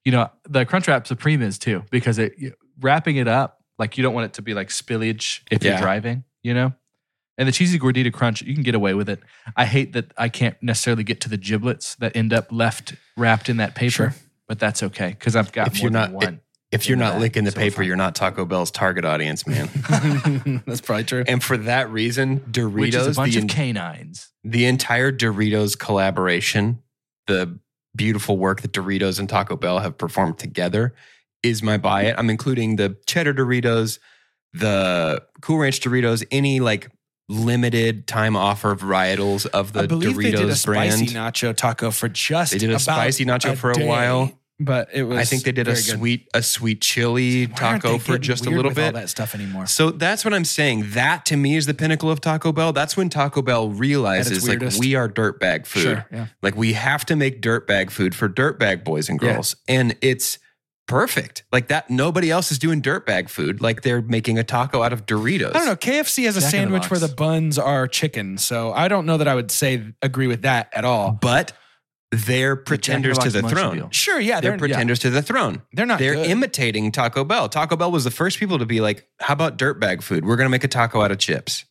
You know, the Crunchwrap Supreme is too, because it wrapping it up, like you don't want it to be like spillage if
Yeah.
you're driving, you know? And the cheesy gordita crunch, you can get away with it. I hate that I can't necessarily get to the giblets that end up left wrapped in that paper,
Sure.
but that's okay because I've got
If
more
you're not-
than one.
If you're
In the
not
back,
licking the
so
paper,
fine.
you're not Taco Bell's target audience,
[LAUGHS]
man.
That's probably true.
and for that reason,
which is a
Doritos,
bunch
the,
of canines.
the entire Doritos collaboration, the beautiful work that Doritos and Taco Bell have performed together, is my buy it. I'm including the cheddar Doritos, the Cool Ranch Doritos, any like limited time offer varietals of the
I believe
Doritos
they did a
brand.
spicy nacho taco for just.
They did a
about
spicy nacho for a
day,
while.
but it was.
I think they did a
very good.
sweet a sweet chili
Why aren't
taco
they
for
getting
just a
weird
little
with All
bit.
that stuff anymore.
So that's what I'm saying. That to me is the pinnacle of Taco Bell. That's when Taco Bell realizes like
weirdest.
we are dirtbag food.
Sure, yeah.
Like we have to make dirtbag food for dirtbag boys and
Yeah.
girls. And it's perfect. Like that nobody else is doing dirtbag food. Like they're making a taco out of Doritos.
I don't know. KFC has a
Jack in the
sandwich where the
Box.
buns are chicken, so I don't know that I would say agree with that at all.
But they're pretenders to
Box
the
lunch
throne.
deal.
Sure, yeah,
They're,
they're, yeah,
pretenders to the throne.
they're not.
They're
good.
imitating Taco Bell. Taco Bell was the first people to be like, "How about dirtbag food? We're going to make a taco out of chips."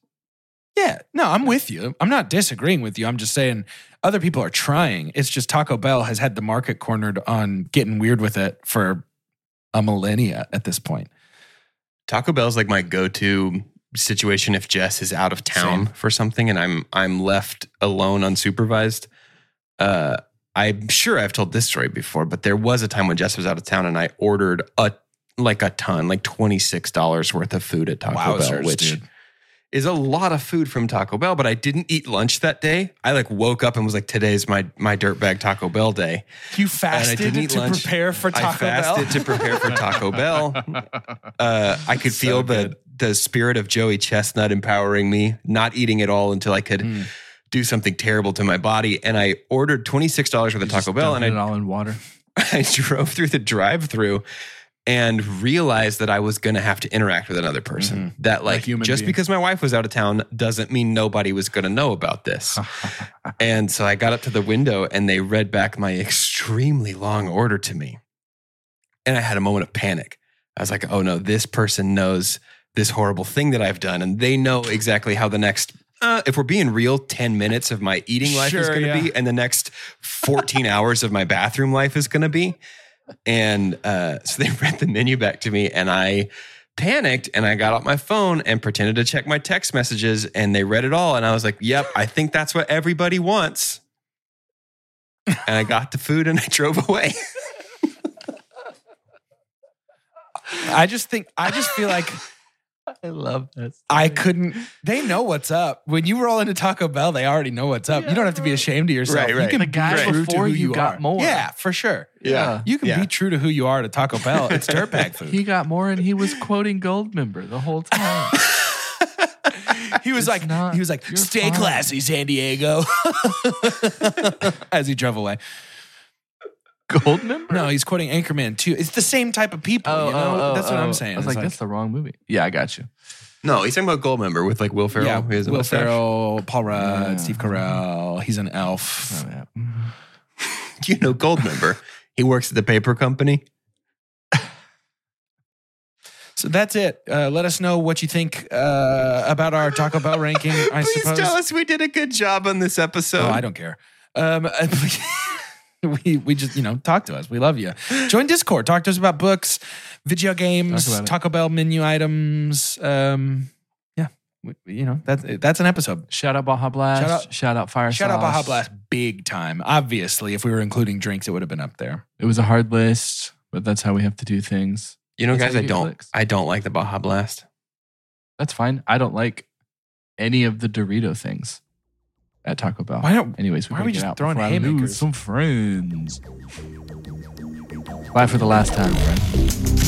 Yeah, no, I'm with you. I'm not disagreeing with you. I'm just saying other people are trying. It's just Taco Bell has had the market cornered on getting weird with it for a millennia at this point.
Taco Bell's like my go-to situation if Jess is out of town for something and I'm I'm left alone unsupervised. Uh, I'm sure I've told this story before, but there was a time when Jess was out of town and I ordered a like a ton, like twenty six dollars worth of food at Taco Bell,
Wowzers,
which
dude.
is a lot of food from Taco Bell. But I didn't eat lunch that day. I like woke up and was like, "Today's my my dirtbag Taco Bell day."
You
didn't
fasted
eat
to
lunch.
prepare for Taco
I fasted
Bell.
to prepare for
[LAUGHS]
Taco Bell. Uh, I could feel the the spirit of Joey Chestnut empowering me, not eating at all until I could
Hmm.
do something terrible to my body. And I ordered twenty six dollars worth of Taco Bell, and
Dumping it
I,
all in water.
[LAUGHS] I drove through the drive through and realized that I was going to have to interact with another person. That like
human
just
being.
because my wife was out of town doesn't mean nobody was going to know about this. and so I got up to the window and they read back my extremely long order to me. And I had a moment of panic. I was like, "Oh no, this person knows this horrible thing that I've done and they know exactly how the next uh, if we're being real, 10 minutes of my eating life is
Sure,
going to
yeah.
be, and the next 14 [LAUGHS] hours of my bathroom life is going to be. And uh, so they read the menu back to me, and I panicked and I got out my phone and pretended to check my text messages, and they read it all. And I was like, yep, I think that's what everybody wants. And I got the food and I [LAUGHS] drove away.
I just think I just feel like
I love that.
I couldn't. They know what's up. When you roll into Taco Bell, they already know what's up. you don't have to be ashamed of yourself.
Right, right.
You can
The guy
be true
before
to who
you
you
got
are.
more.
Yeah, for sure.
Yeah.
You can
Yeah.
be true to who you are to Taco Bell. It's dirtbag food.
[LAUGHS] He got more, and he was quoting Goldmember the whole time.
[LAUGHS] He was
It's
like,
not-
he was like,
you're
stay
fine."
classy, San Diego. [LAUGHS] As he drove away.
Goldmember?
No, he's quoting Anchorman too. It's the same type of people.
Oh,
you know? that's what I'm saying.
I was
It's
like, that's the wrong movie. Yeah, I got you.
No, he's talking about Gold Member with like Will Ferrell.
yeah,
who has a
Will
mustache.
Ferrell, Paul Rudd,
Yeah.
Steve Carell. He's an elf.
Oh, Yeah.
You know, Gold Member. He works at the paper company.
So that's it. Uh, let us know what you think uh, about our Taco Bell ranking. I
Please
suppose.
tell us we did a good job on this episode.
Oh, I don't care. Um, [LAUGHS] we we just you know talk to us. We love you. Join Discord. Talk to us about books, video
Talk
games,
about it.
Taco Bell menu items. Um, yeah, we, we- you know that's that's an episode.
Shout out Baja Blast.
Shout
Shout
out-
out, Fire
Shout out
Sauce.
Baja Blast, big time. Obviously, if we were including drinks, it would have been up there.
It was a hard list, but that's how we have to do things.
You know, guys,
That's how
I
you get
don't.
clicks.
I don't like the Baja Blast.
That's fine. I don't like any of the Dorito things at Taco Bell.
Why don't-
Anyways, we
why are
gotta
we
get
just
out
throwing
before I
haymakers?
lose some friends. Bye for the last time, friend.